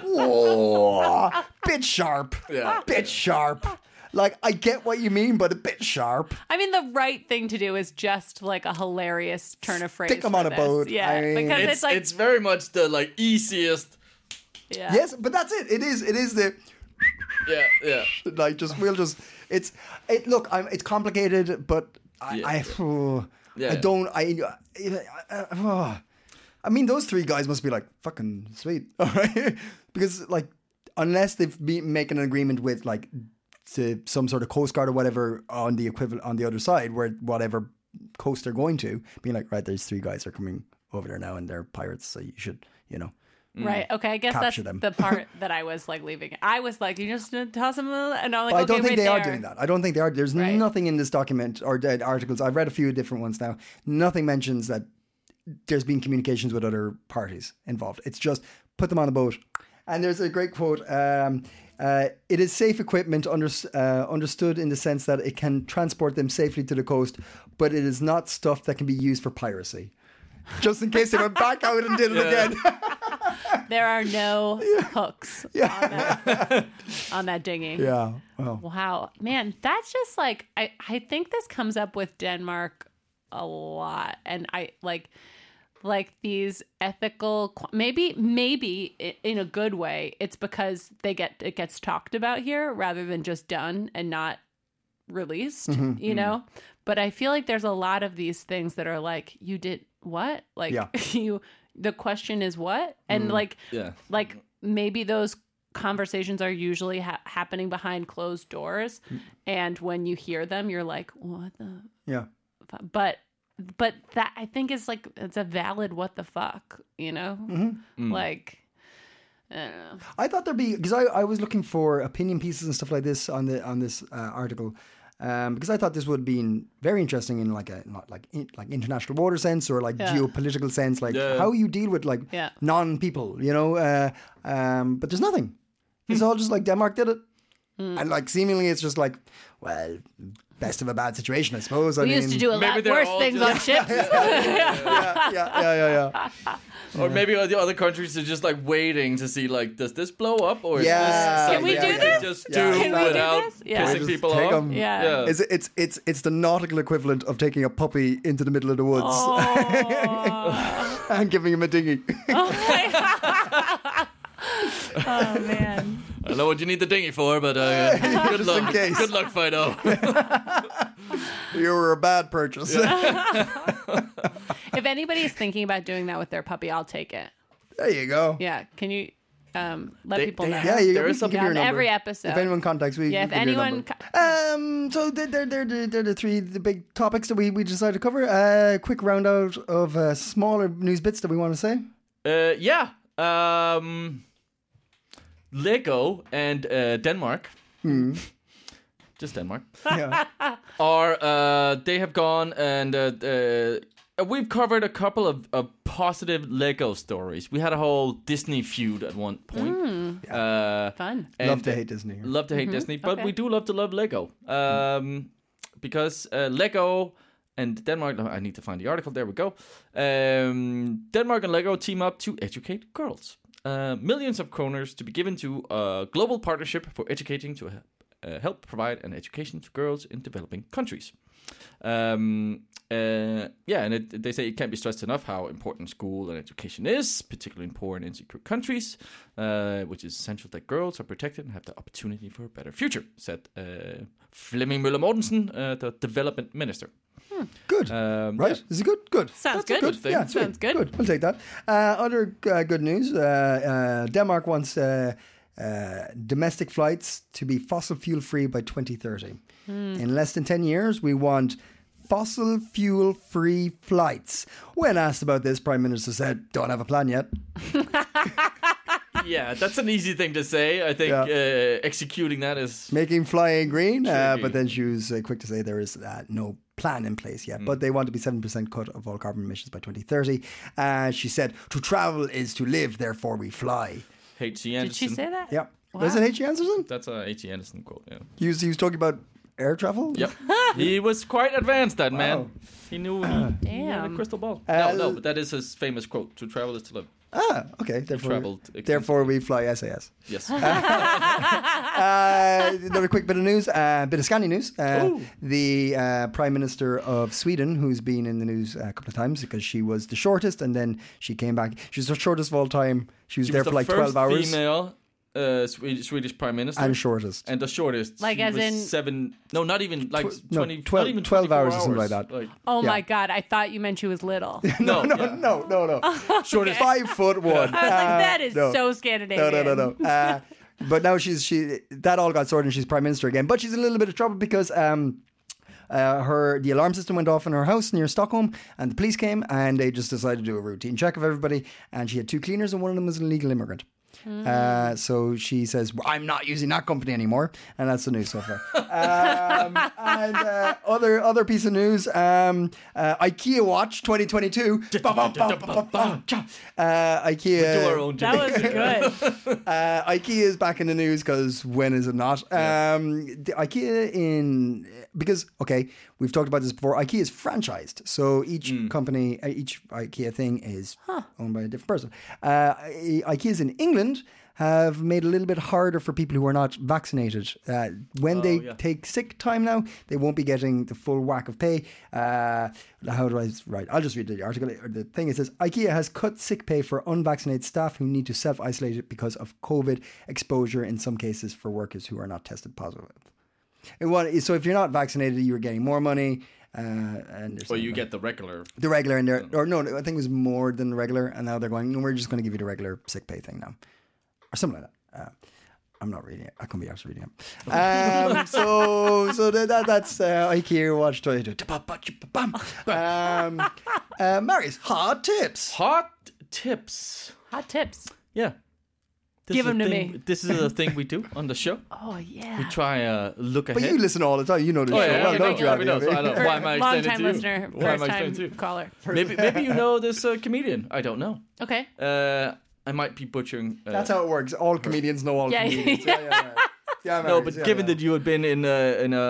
Speaker 3: Whoa, bit sharp,
Speaker 2: Yeah.
Speaker 3: bit sharp. Like I get what you mean, but a bit sharp.
Speaker 4: I mean, the right thing to do is just like a hilarious turn of phrase.
Speaker 3: Stick 'em
Speaker 4: for
Speaker 3: on a
Speaker 4: this.
Speaker 3: boat.
Speaker 4: yeah.
Speaker 3: I mean-
Speaker 4: because it's,
Speaker 2: it's,
Speaker 4: like,
Speaker 2: it's very much the like easiest.
Speaker 4: yeah.
Speaker 3: Yes, but that's it. It is. It is the
Speaker 2: Yeah, yeah.
Speaker 3: like just we'll just it's it look I'm, it's complicated but i
Speaker 2: Yeah,
Speaker 3: I, oh,
Speaker 2: Yeah,
Speaker 3: I
Speaker 2: yeah.
Speaker 3: don't I, I, I, oh. I mean those three guys must be like fucking sweet all right because like unless they've been making an agreement with like to some sort of coast guard or whatever on the equivalent on the other side where whatever coast they're going to being like right these three guys are coming over there now and they're pirates so you should you know
Speaker 4: Right. Okay. I guess that's
Speaker 3: Capture them.
Speaker 4: the part that I was like leaving. I was like, you just toss them, and I'm like,
Speaker 3: I don't
Speaker 4: okay,
Speaker 3: think
Speaker 4: wait,
Speaker 3: they are
Speaker 4: there.
Speaker 3: doing that. I don't think they are. There's
Speaker 4: Right.
Speaker 3: nothing in this document or uh, articles. I've read a few different ones now. Nothing mentions that there's been communications with other parties involved. It's just put them on a boat. And there's a great quote. Um, uh, it is safe equipment under, uh, understood in the sense that it can transport them safely to the coast, but it is not stuff that can be used for piracy. Just in case they went back out and did it again.
Speaker 4: There are no hooks on, that, on that dinghy.
Speaker 3: yeah. Well,
Speaker 4: Wow, man, that's just like I I think this comes up with Denmark a lot and I like like these ethical qu- maybe maybe i- in a good way it's because they get it gets talked about here rather than just done and not released, you know? But I feel like there's a lot of these things that are like you did what? Like
Speaker 3: Yeah.
Speaker 4: you the question is what? And like
Speaker 2: Yeah.
Speaker 4: like maybe those conversations are usually ha- happening behind closed doors and when you hear them you're like what the
Speaker 3: yeah.
Speaker 4: fu-" but but that i think is like it's a valid what the fuck you know
Speaker 2: Mm-hmm.
Speaker 4: like uh, I don't know.
Speaker 3: I thought there'd be because I, I was looking for opinion pieces and stuff like this on the on this uh, article um, because I thought this would be in- very interesting in like a not like in, like international water sense or like
Speaker 4: Yeah.
Speaker 3: geopolitical sense like
Speaker 2: Yeah.
Speaker 3: how you deal with like
Speaker 4: Yeah.
Speaker 3: non people you know uh, um, but there's
Speaker 4: Hmm.
Speaker 3: nothing it's all just like Denmark did it and like seemingly it's just like well best of a bad situation, I suppose. I
Speaker 4: We
Speaker 3: mean,
Speaker 4: used to do a
Speaker 2: Maybe
Speaker 4: lot
Speaker 2: they're
Speaker 4: worse
Speaker 2: all
Speaker 4: things
Speaker 2: just-
Speaker 4: on ships.
Speaker 3: yeah, yeah, yeah, yeah.
Speaker 2: Or maybe all the other countries are just like waiting to see like does this blow up or
Speaker 3: Yeah,
Speaker 2: is this
Speaker 4: Can we
Speaker 2: something
Speaker 4: do
Speaker 2: we
Speaker 4: this?
Speaker 2: Just
Speaker 3: Yeah.
Speaker 2: do
Speaker 3: Can
Speaker 4: we do
Speaker 2: without
Speaker 4: this? Yeah.
Speaker 2: pissing
Speaker 4: Just
Speaker 2: people
Speaker 3: take
Speaker 2: off.
Speaker 3: 'em.
Speaker 4: Yeah.
Speaker 3: It's it's it's it's the nautical equivalent of taking a puppy into the middle of the woods and giving him a dinghy.
Speaker 4: oh man.
Speaker 2: I know what you need the dinghy for, but uh, good luck.
Speaker 3: case.
Speaker 2: Good luck, Fido.
Speaker 3: you were a bad purchase.
Speaker 4: If anybody's thinking about doing that with their puppy, I'll take it.
Speaker 3: there you go.
Speaker 4: Yeah. Can you um, let
Speaker 2: They-
Speaker 4: people
Speaker 2: they
Speaker 4: know?
Speaker 3: Yeah,
Speaker 2: have-
Speaker 3: you
Speaker 2: There
Speaker 3: we
Speaker 2: is
Speaker 3: can give
Speaker 2: something-
Speaker 3: your
Speaker 4: On
Speaker 3: number.
Speaker 4: every episode.
Speaker 3: If anyone contacts, we
Speaker 4: Yeah,
Speaker 3: we
Speaker 4: if
Speaker 3: give your
Speaker 4: anyone
Speaker 3: number. um, so they're, they're, they're, they're the three the big topics that we, we decided to cover. Uh, quick round out of uh, smaller news bits that we want to say.
Speaker 2: Uh, yeah. Um, Lego and uh, Denmark.
Speaker 4: Hmm.
Speaker 2: Just Denmark.
Speaker 3: Yeah.
Speaker 2: are uh, they have gone and uh, uh, we've covered a couple of, of positive Lego stories. We had a whole Disney feud at one point. Uh,
Speaker 4: Fun.
Speaker 2: and-
Speaker 3: Love to hate Disney.
Speaker 2: Love to hate Disney, but
Speaker 4: okay.
Speaker 2: we do love to love Lego. Um, Because uh, Lego and Denmark, oh, I need to find the article, there we go. Um, Denmark and Lego team up to educate girls. Uh, millions of kroners to be given to a global partnership for educating to he- uh, help provide an education to girls in developing countries. Um, uh, yeah, and it, they say it can't be stressed enough how important school and education is, particularly in poor and insecure countries, uh, which is essential that girls are protected and have the opportunity for a better future, said uh, Flemming Møller Mortensen, uh, the development minister.
Speaker 3: Good.
Speaker 2: Um,
Speaker 3: right? Is it good? Good.
Speaker 4: Sounds
Speaker 2: That's a
Speaker 4: good.
Speaker 2: good thing.
Speaker 3: Yeah, sweet.
Speaker 4: Sounds good.
Speaker 3: Good. We'll take that. Uh, other uh, good news: uh, uh, Denmark wants uh, uh, domestic flights to be fossil fuel free by 2030.
Speaker 4: Hmm.
Speaker 3: In less than 10 years, we want fossil fuel free flights. When asked about this, Prime Minister said, "Don't have a plan yet."
Speaker 2: yeah, that's an easy thing to say. I think
Speaker 3: Yeah.
Speaker 2: uh, executing that is
Speaker 3: making flying green. Uh,
Speaker 2: Tricky.
Speaker 3: but then she was uh, quick to say there is uh, no plan in place
Speaker 2: Hmm.
Speaker 3: yet. But they want to be 7% cut of all carbon emissions by 2030. Uh, she said, to travel is to live, therefore we fly.
Speaker 2: H.C.
Speaker 4: Did
Speaker 2: E
Speaker 4: she
Speaker 2: Anderson.
Speaker 4: say that?
Speaker 3: Yeah. Was it H.G. E Anderson?
Speaker 2: That's a H.C. Anderson quote, yeah.
Speaker 3: He was, he was talking about air travel?
Speaker 2: Yep. he was quite advanced, that
Speaker 3: Wow.
Speaker 2: man. He knew he, he had a
Speaker 4: Damn.
Speaker 2: crystal ball.
Speaker 3: Uh,
Speaker 2: no, no, but that is his famous quote to travel is to live.
Speaker 3: Ah, okay. Therefore,
Speaker 2: traveled extensively.
Speaker 3: therefore we fly SAS.
Speaker 2: Yes.
Speaker 3: Uh, another quick bit of news, uh, bit of Scandi news. Uh, the uh, Prime Minister of Sweden, who's been in the news a couple of times because she was the shortest and then she came back. She was the shortest of all time. She was
Speaker 2: She
Speaker 3: there
Speaker 2: was
Speaker 3: for
Speaker 2: the
Speaker 3: like
Speaker 2: first
Speaker 3: 12 hours.
Speaker 2: female uh, Swe- Swedish prime minister.
Speaker 3: and shortest.
Speaker 2: And the shortest.
Speaker 4: Like
Speaker 2: she
Speaker 4: as
Speaker 2: was
Speaker 4: in-
Speaker 2: seven. No, not even like
Speaker 3: Tw- no,
Speaker 2: 20. not
Speaker 3: 12
Speaker 2: even
Speaker 3: 12
Speaker 2: 24
Speaker 3: hours or something like that.
Speaker 4: Oh
Speaker 3: Yeah.
Speaker 4: my god, I thought you meant she was little.
Speaker 2: no,
Speaker 3: no,
Speaker 2: yeah.
Speaker 3: no, no, no.
Speaker 2: Shortest.
Speaker 3: Five foot one. Uh,
Speaker 4: I was like, that is
Speaker 3: no.
Speaker 4: so Scandinavian.
Speaker 3: no, no, no, no. Uh, but now she's she that all got sorted and she's prime minister again. But she's in a little bit of trouble because um, uh, her the alarm system went off in her house near Stockholm, and the police came and they just decided to do a routine check of everybody. And she had two cleaners, and one of them was an illegal immigrant.
Speaker 2: Hmm.
Speaker 3: Uh, so she says, well, "I'm not using that company anymore," and that's the news so far. um, and uh, other other piece of news: um, uh, IKEA Watch 2022. Uh, IKEA.
Speaker 2: Do our own
Speaker 4: That
Speaker 2: job.
Speaker 4: was good.
Speaker 3: Uh, IKEA is back in the news because when is it not? Um, the IKEA in because okay, we've talked about this before. IKEA is franchised, so each company, uh, each IKEA thing is owned by a different person. Uh, I- IKEAs in England have made it a little bit harder for people who are not vaccinated. Uh, when they
Speaker 2: Oh, yeah.
Speaker 3: take sick time now, they won't be getting the full whack of pay. Uh, how do I right? I'll just read the article. or The thing it says IKEA has cut sick pay for unvaccinated staff who need to self isolate because of COVID exposure in some cases for workers who are not tested positive. And what, so if you're not vaccinated, you're getting more money. Uh, and there's
Speaker 2: Well,
Speaker 3: no
Speaker 2: you
Speaker 3: money.
Speaker 2: get the regular.
Speaker 3: the regular and
Speaker 2: Mm.
Speaker 3: there or no, I think it was more than the regular, and now they're going. No, we're just going to give you the regular sick pay thing now, or something like that. Uh, I'm not reading it. I couldn't be actually reading it. Um, so, so that, that that's uh, IKEA Watch 22. Um, uh, Marius, hard tips.
Speaker 2: Hot tips.
Speaker 4: Hot tips.
Speaker 2: Yeah. This
Speaker 4: Give
Speaker 2: is a
Speaker 4: 'em to
Speaker 2: thing-
Speaker 4: me.
Speaker 2: This is a thing we do on the show.
Speaker 4: Oh yeah.
Speaker 2: We try uh, look ahead.
Speaker 3: But you listen all the time. You know the
Speaker 2: Oh,
Speaker 3: show.
Speaker 2: yeah,
Speaker 3: well,
Speaker 2: yeah,
Speaker 3: don't
Speaker 2: yeah,
Speaker 3: you?
Speaker 2: yeah,
Speaker 3: Abby?
Speaker 2: we know, so I know. Why am I
Speaker 4: Long
Speaker 2: explaining
Speaker 4: time
Speaker 2: to you?
Speaker 4: listener,
Speaker 2: Why am
Speaker 4: first time
Speaker 2: I explaining to you?
Speaker 4: caller.
Speaker 2: Maybe maybe you know this uh, comedian. I don't know.
Speaker 4: Okay.
Speaker 2: Uh, I might be butchering. Uh,
Speaker 3: That's how it works. All comedians know all
Speaker 4: Yeah,
Speaker 3: comedians. Yeah, yeah, yeah. Yeah,
Speaker 2: No,
Speaker 3: memories,
Speaker 2: but
Speaker 3: yeah,
Speaker 2: given
Speaker 3: yeah.
Speaker 2: that you had been in uh, in uh,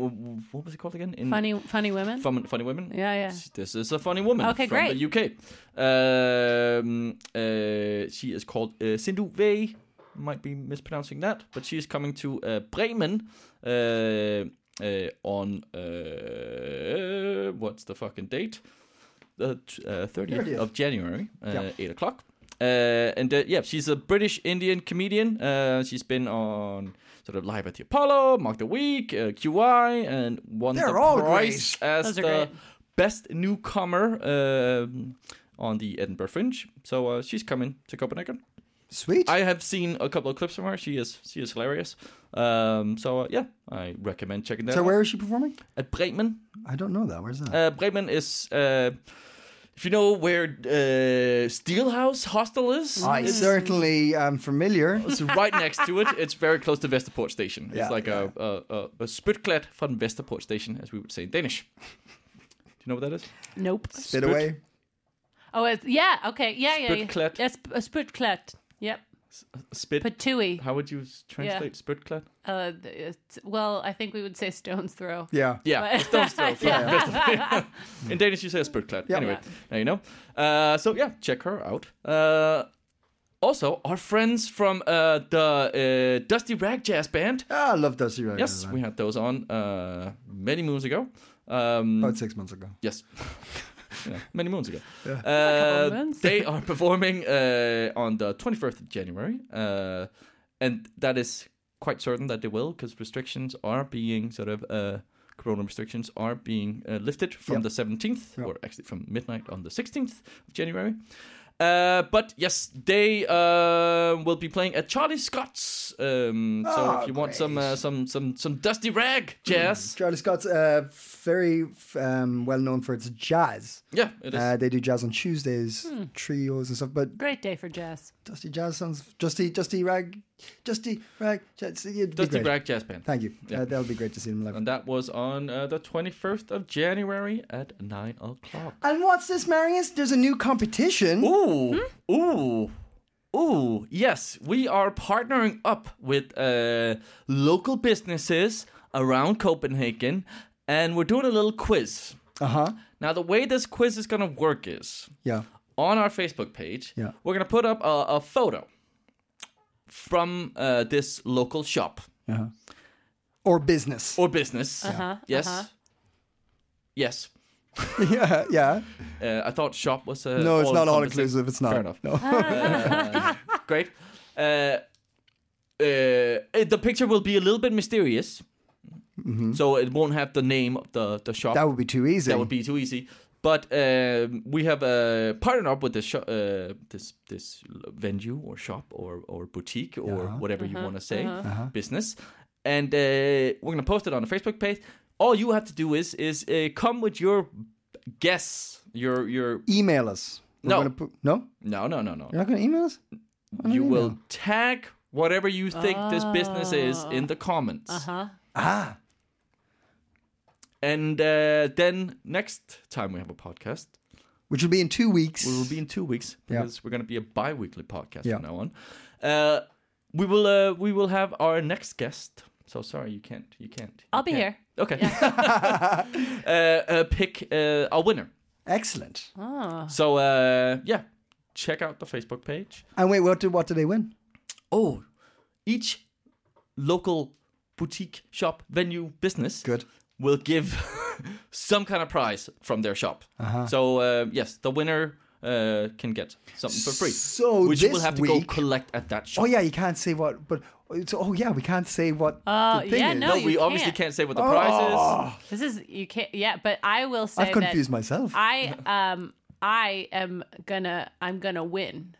Speaker 2: w- w- what was it called again? In
Speaker 4: Funny, funny women.
Speaker 2: Fun, funny women.
Speaker 4: Yeah, yeah.
Speaker 2: This is a funny woman.
Speaker 4: Okay,
Speaker 2: from
Speaker 4: great.
Speaker 2: The UK. Um, uh, she is called uh, Sindhu Vey. Might be mispronouncing that, but she is coming to uh, Bremen uh, uh, on uh, what's the fucking date? The uh, thirtieth
Speaker 3: 30th.
Speaker 2: of January, uh,
Speaker 3: Yeah.
Speaker 2: eight o'clock. Uh, and uh, yeah, she's a British Indian comedian. Uh, she's been on sort of Live at the Apollo, Mark the Week, uh, QI, and won
Speaker 3: They're
Speaker 2: the
Speaker 3: all
Speaker 2: prize as
Speaker 4: Those
Speaker 2: the
Speaker 4: are great.
Speaker 2: best newcomer um, on the Edinburgh Fringe. So uh, she's coming to Copenhagen.
Speaker 3: Sweet.
Speaker 2: I have seen a couple of clips from her. She is she is hilarious. Um, so uh, yeah, I recommend checking that.
Speaker 3: so
Speaker 2: out.
Speaker 3: where is she performing?
Speaker 2: at Bremen?
Speaker 3: I don't know that. Where's that?
Speaker 2: Uh, Bremen is. Uh, if you know where uh, Steelhouse Hostel is,
Speaker 3: I
Speaker 2: it's
Speaker 3: certainly am familiar.
Speaker 2: It's right next to it. It's very close to Vesterport station. It's
Speaker 3: Yeah,
Speaker 2: like a, a, a, a spytklat from Vesterport station, as we would say in Danish. Do you know what that is?
Speaker 4: Nope.
Speaker 3: Bit away.
Speaker 4: Oh, it's, yeah. Okay. Yeah, yeah. yeah.
Speaker 2: Sputklet.
Speaker 4: Yes, a sputklet. Yep.
Speaker 2: Spit.
Speaker 4: Patui.
Speaker 2: How would you s- translate spytklat?
Speaker 4: Uh, th- it's, well, I think we would say stone's throw.
Speaker 3: Yeah.
Speaker 2: Yeah, stone's throw from Vesterport. in Danish, you say a spytklat. Anyway, now you know. Uh, so yeah, check her out. Uh, also, our friends from uh, the uh, Dusty Rag Jazz Band.
Speaker 3: Ah, I love Dusty Rhodes.
Speaker 2: Yes, we had those on uh, many moons ago. Um,
Speaker 3: About six months ago.
Speaker 2: Yes. Yeah, many moons ago.
Speaker 4: couple of
Speaker 2: Uh,
Speaker 4: moons.
Speaker 2: they are performing uh, on the 21st of January. Uh, and that is quite certain that they will because restrictions are being sort of, uh, corona restrictions are being uh, lifted from
Speaker 3: Yep.
Speaker 2: the 17th,
Speaker 3: Yep.
Speaker 2: or actually from midnight on the 16th of January. Uh, but yes, they uh, will be playing at Charlie Scott's. Um, so
Speaker 3: Oh,
Speaker 2: if you want some uh,
Speaker 3: great.
Speaker 2: some some some dusty rag jazz,
Speaker 3: Charlie Scott's uh, very f- um, well known for its jazz.
Speaker 2: yeah, it is. Hmm.
Speaker 3: Uh, they do jazz on Tuesdays, trios and stuff. But
Speaker 4: Great day for jazz.
Speaker 3: Dusty Jazz sounds Dusty Dusty Rag, Dusty Rag.
Speaker 2: Dusty
Speaker 3: Dusty
Speaker 2: Rag Jazz Band.
Speaker 3: Thank you. Uh, that'll be great to see them live.
Speaker 2: And that was on uh, the 21st of January at 9 o'clock.
Speaker 3: And what's this, Marius? There's a new competition.
Speaker 2: Ooh, ooh, ooh. Yes, we are partnering up with uh, local businesses around Copenhagen and we're doing a little quiz.
Speaker 3: Uh huh.
Speaker 2: Now, the way this quiz is going to work is
Speaker 3: Yeah.
Speaker 2: on our Facebook page,
Speaker 3: Yeah.
Speaker 2: we're going to put up a, a photo from uh, this local shop.
Speaker 3: Uh-huh. Or business.
Speaker 2: or business. yes. Yes.
Speaker 3: yeah. Yeah.
Speaker 2: Uh, I thought shop was a.
Speaker 3: No, it's not all
Speaker 2: encompassing.
Speaker 3: inclusive. It's not.
Speaker 2: Fair enough.
Speaker 3: No.
Speaker 2: Great. Uh, uh, the picture will be a little bit mysterious, so it won't have the name of the the shop.
Speaker 3: Mm-hmm. That would be too easy.
Speaker 2: That would be too easy. But um, we have uh, partnered up with this sho- uh, this this venue or shop or or boutique or whatever you want to say
Speaker 3: Uh-huh.
Speaker 2: business, and uh, we're gonna post it on the Facebook page. All you have to do is is uh, come with your guess. Your your
Speaker 3: Email us. We're
Speaker 2: No.
Speaker 3: Gonna put, no.
Speaker 2: no no no no.
Speaker 3: You're not going to email us.
Speaker 2: You will tag whatever you think this business is in the comments.
Speaker 4: Huh?
Speaker 3: Ah.
Speaker 2: And uh, then next time we have a podcast,
Speaker 3: Which will be in two weeks.
Speaker 2: we will be in two weeks
Speaker 3: Yeah.
Speaker 2: because we're going to be a bi-weekly podcast
Speaker 3: Yeah.
Speaker 2: from now on. Uh, we will uh, we will have our next guest. So sorry, you can't. You can't. you
Speaker 4: I'll be
Speaker 2: can't.
Speaker 4: here.
Speaker 2: Okay. uh, uh, pick uh, a winner.
Speaker 3: Excellent.
Speaker 4: Uh-huh.
Speaker 2: So uh, yeah, check out the Facebook page.
Speaker 3: And wait, what did what did they win?
Speaker 2: Oh, each local boutique shop venue business
Speaker 3: Good.
Speaker 2: will give some kind of prize from their shop.
Speaker 3: Uh-huh.
Speaker 2: So uh, yes, the winner uh, can get something for free.
Speaker 3: So
Speaker 2: which
Speaker 3: this
Speaker 2: will have to
Speaker 3: week-
Speaker 2: go collect at that shop.
Speaker 3: Oh yeah, you can't say what, but it's, oh yeah, we can't say what
Speaker 4: Uh,
Speaker 3: the thing
Speaker 4: yeah,
Speaker 3: is.
Speaker 2: No,
Speaker 4: no,
Speaker 2: we
Speaker 4: you
Speaker 2: obviously
Speaker 4: can't.
Speaker 2: can't say what the
Speaker 3: Oh,
Speaker 2: prize is.
Speaker 4: This is you can't. Yeah, but I will say
Speaker 3: I've confused
Speaker 4: that
Speaker 3: myself.
Speaker 4: I um I am gonna I'm gonna win.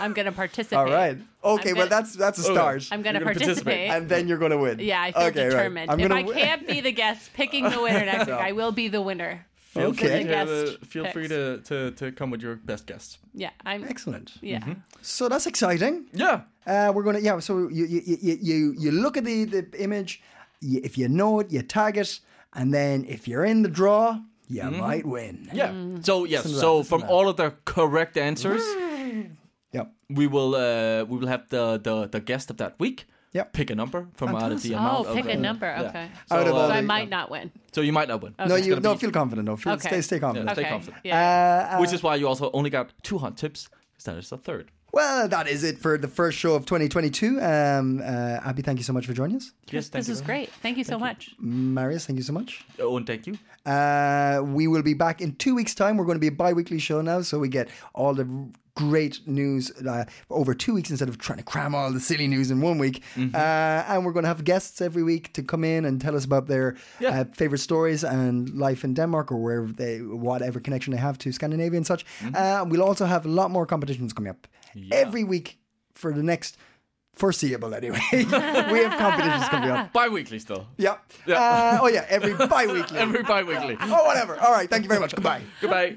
Speaker 4: I'm gonna participate.
Speaker 3: All right. Okay.
Speaker 4: I'm
Speaker 3: well,
Speaker 4: gonna-
Speaker 3: that's that's a start.
Speaker 4: I'm gonna,
Speaker 2: You're gonna participate.
Speaker 4: participate.
Speaker 3: and then you're going to win.
Speaker 4: yeah, I feel
Speaker 3: okay, right.
Speaker 4: determined.
Speaker 3: I'm
Speaker 4: If
Speaker 3: gonna
Speaker 4: I
Speaker 3: win.
Speaker 4: can't be the guest picking the winner next week, I will be the winner.
Speaker 2: Feel
Speaker 3: Okay.
Speaker 2: free to, uh,
Speaker 4: Guest
Speaker 2: feel free
Speaker 4: picks.
Speaker 2: to, to, to come with your best guess.
Speaker 4: Yeah, I'm.
Speaker 3: Excellent.
Speaker 4: Yeah,
Speaker 3: So that's exciting.
Speaker 2: Yeah.
Speaker 3: Uh, we're going to yeah. So you you you- you you, you look at the the image. You, if you know it, you tag it, and then if you're in the draw,
Speaker 2: Mm-hmm.
Speaker 3: you might win.
Speaker 4: Mm.
Speaker 2: Yeah. So yes. So from all of the correct answers,
Speaker 3: Yep.
Speaker 2: we will uh, we will have the, the the guest of that week.
Speaker 3: Yep.
Speaker 2: Pick a number from out of the
Speaker 3: Fantastic.
Speaker 2: amount.
Speaker 4: Oh, pick
Speaker 2: of,
Speaker 4: a
Speaker 2: uh,
Speaker 4: number,
Speaker 2: yeah.
Speaker 4: okay.
Speaker 2: So,
Speaker 3: Out of all
Speaker 4: So I
Speaker 2: uh,
Speaker 3: the-
Speaker 4: might not win.
Speaker 2: so you might not win.
Speaker 3: No,
Speaker 2: It's
Speaker 3: you
Speaker 2: gonna
Speaker 3: no
Speaker 2: be-
Speaker 3: feel confident. No, feel
Speaker 4: Okay.
Speaker 3: stay stay confident.
Speaker 2: Yeah, stay
Speaker 4: Okay.
Speaker 2: confident.
Speaker 4: Yeah.
Speaker 3: uh,
Speaker 2: which is why you also only got two hot tips. 'cause That is the third.
Speaker 3: Well, that is it for the first show of 2022. Um, uh, Abby, thank you so much for joining us.
Speaker 2: Yes, thank
Speaker 4: this
Speaker 2: you.
Speaker 4: was great. Thank you so much.
Speaker 3: Marius, thank you so much.
Speaker 2: Oh, and thank you.
Speaker 3: Uh, we will be back in two weeks' time. We're going to be a bi weekly show now, so we get all the great news uh, over two weeks instead of trying to cram all the silly news in one week.
Speaker 2: Mm-hmm.
Speaker 3: Uh, and we're going to have guests every week to come in and tell us about their
Speaker 2: Yeah.
Speaker 3: uh, favorite stories and life in Denmark or wherever they, whatever connection they have to Scandinavia and such.
Speaker 2: Mm-hmm.
Speaker 3: Uh, we'll also have a lot more competitions coming up every week for the next foreseeable, anyway. we have competitions coming up.
Speaker 2: Bi-weekly still.
Speaker 3: Yeah. Uh, oh, yeah, every bi weekly.
Speaker 2: Every bi-weekly.
Speaker 3: Oh, whatever. All right. Thank you very much. Goodbye.
Speaker 2: Goodbye.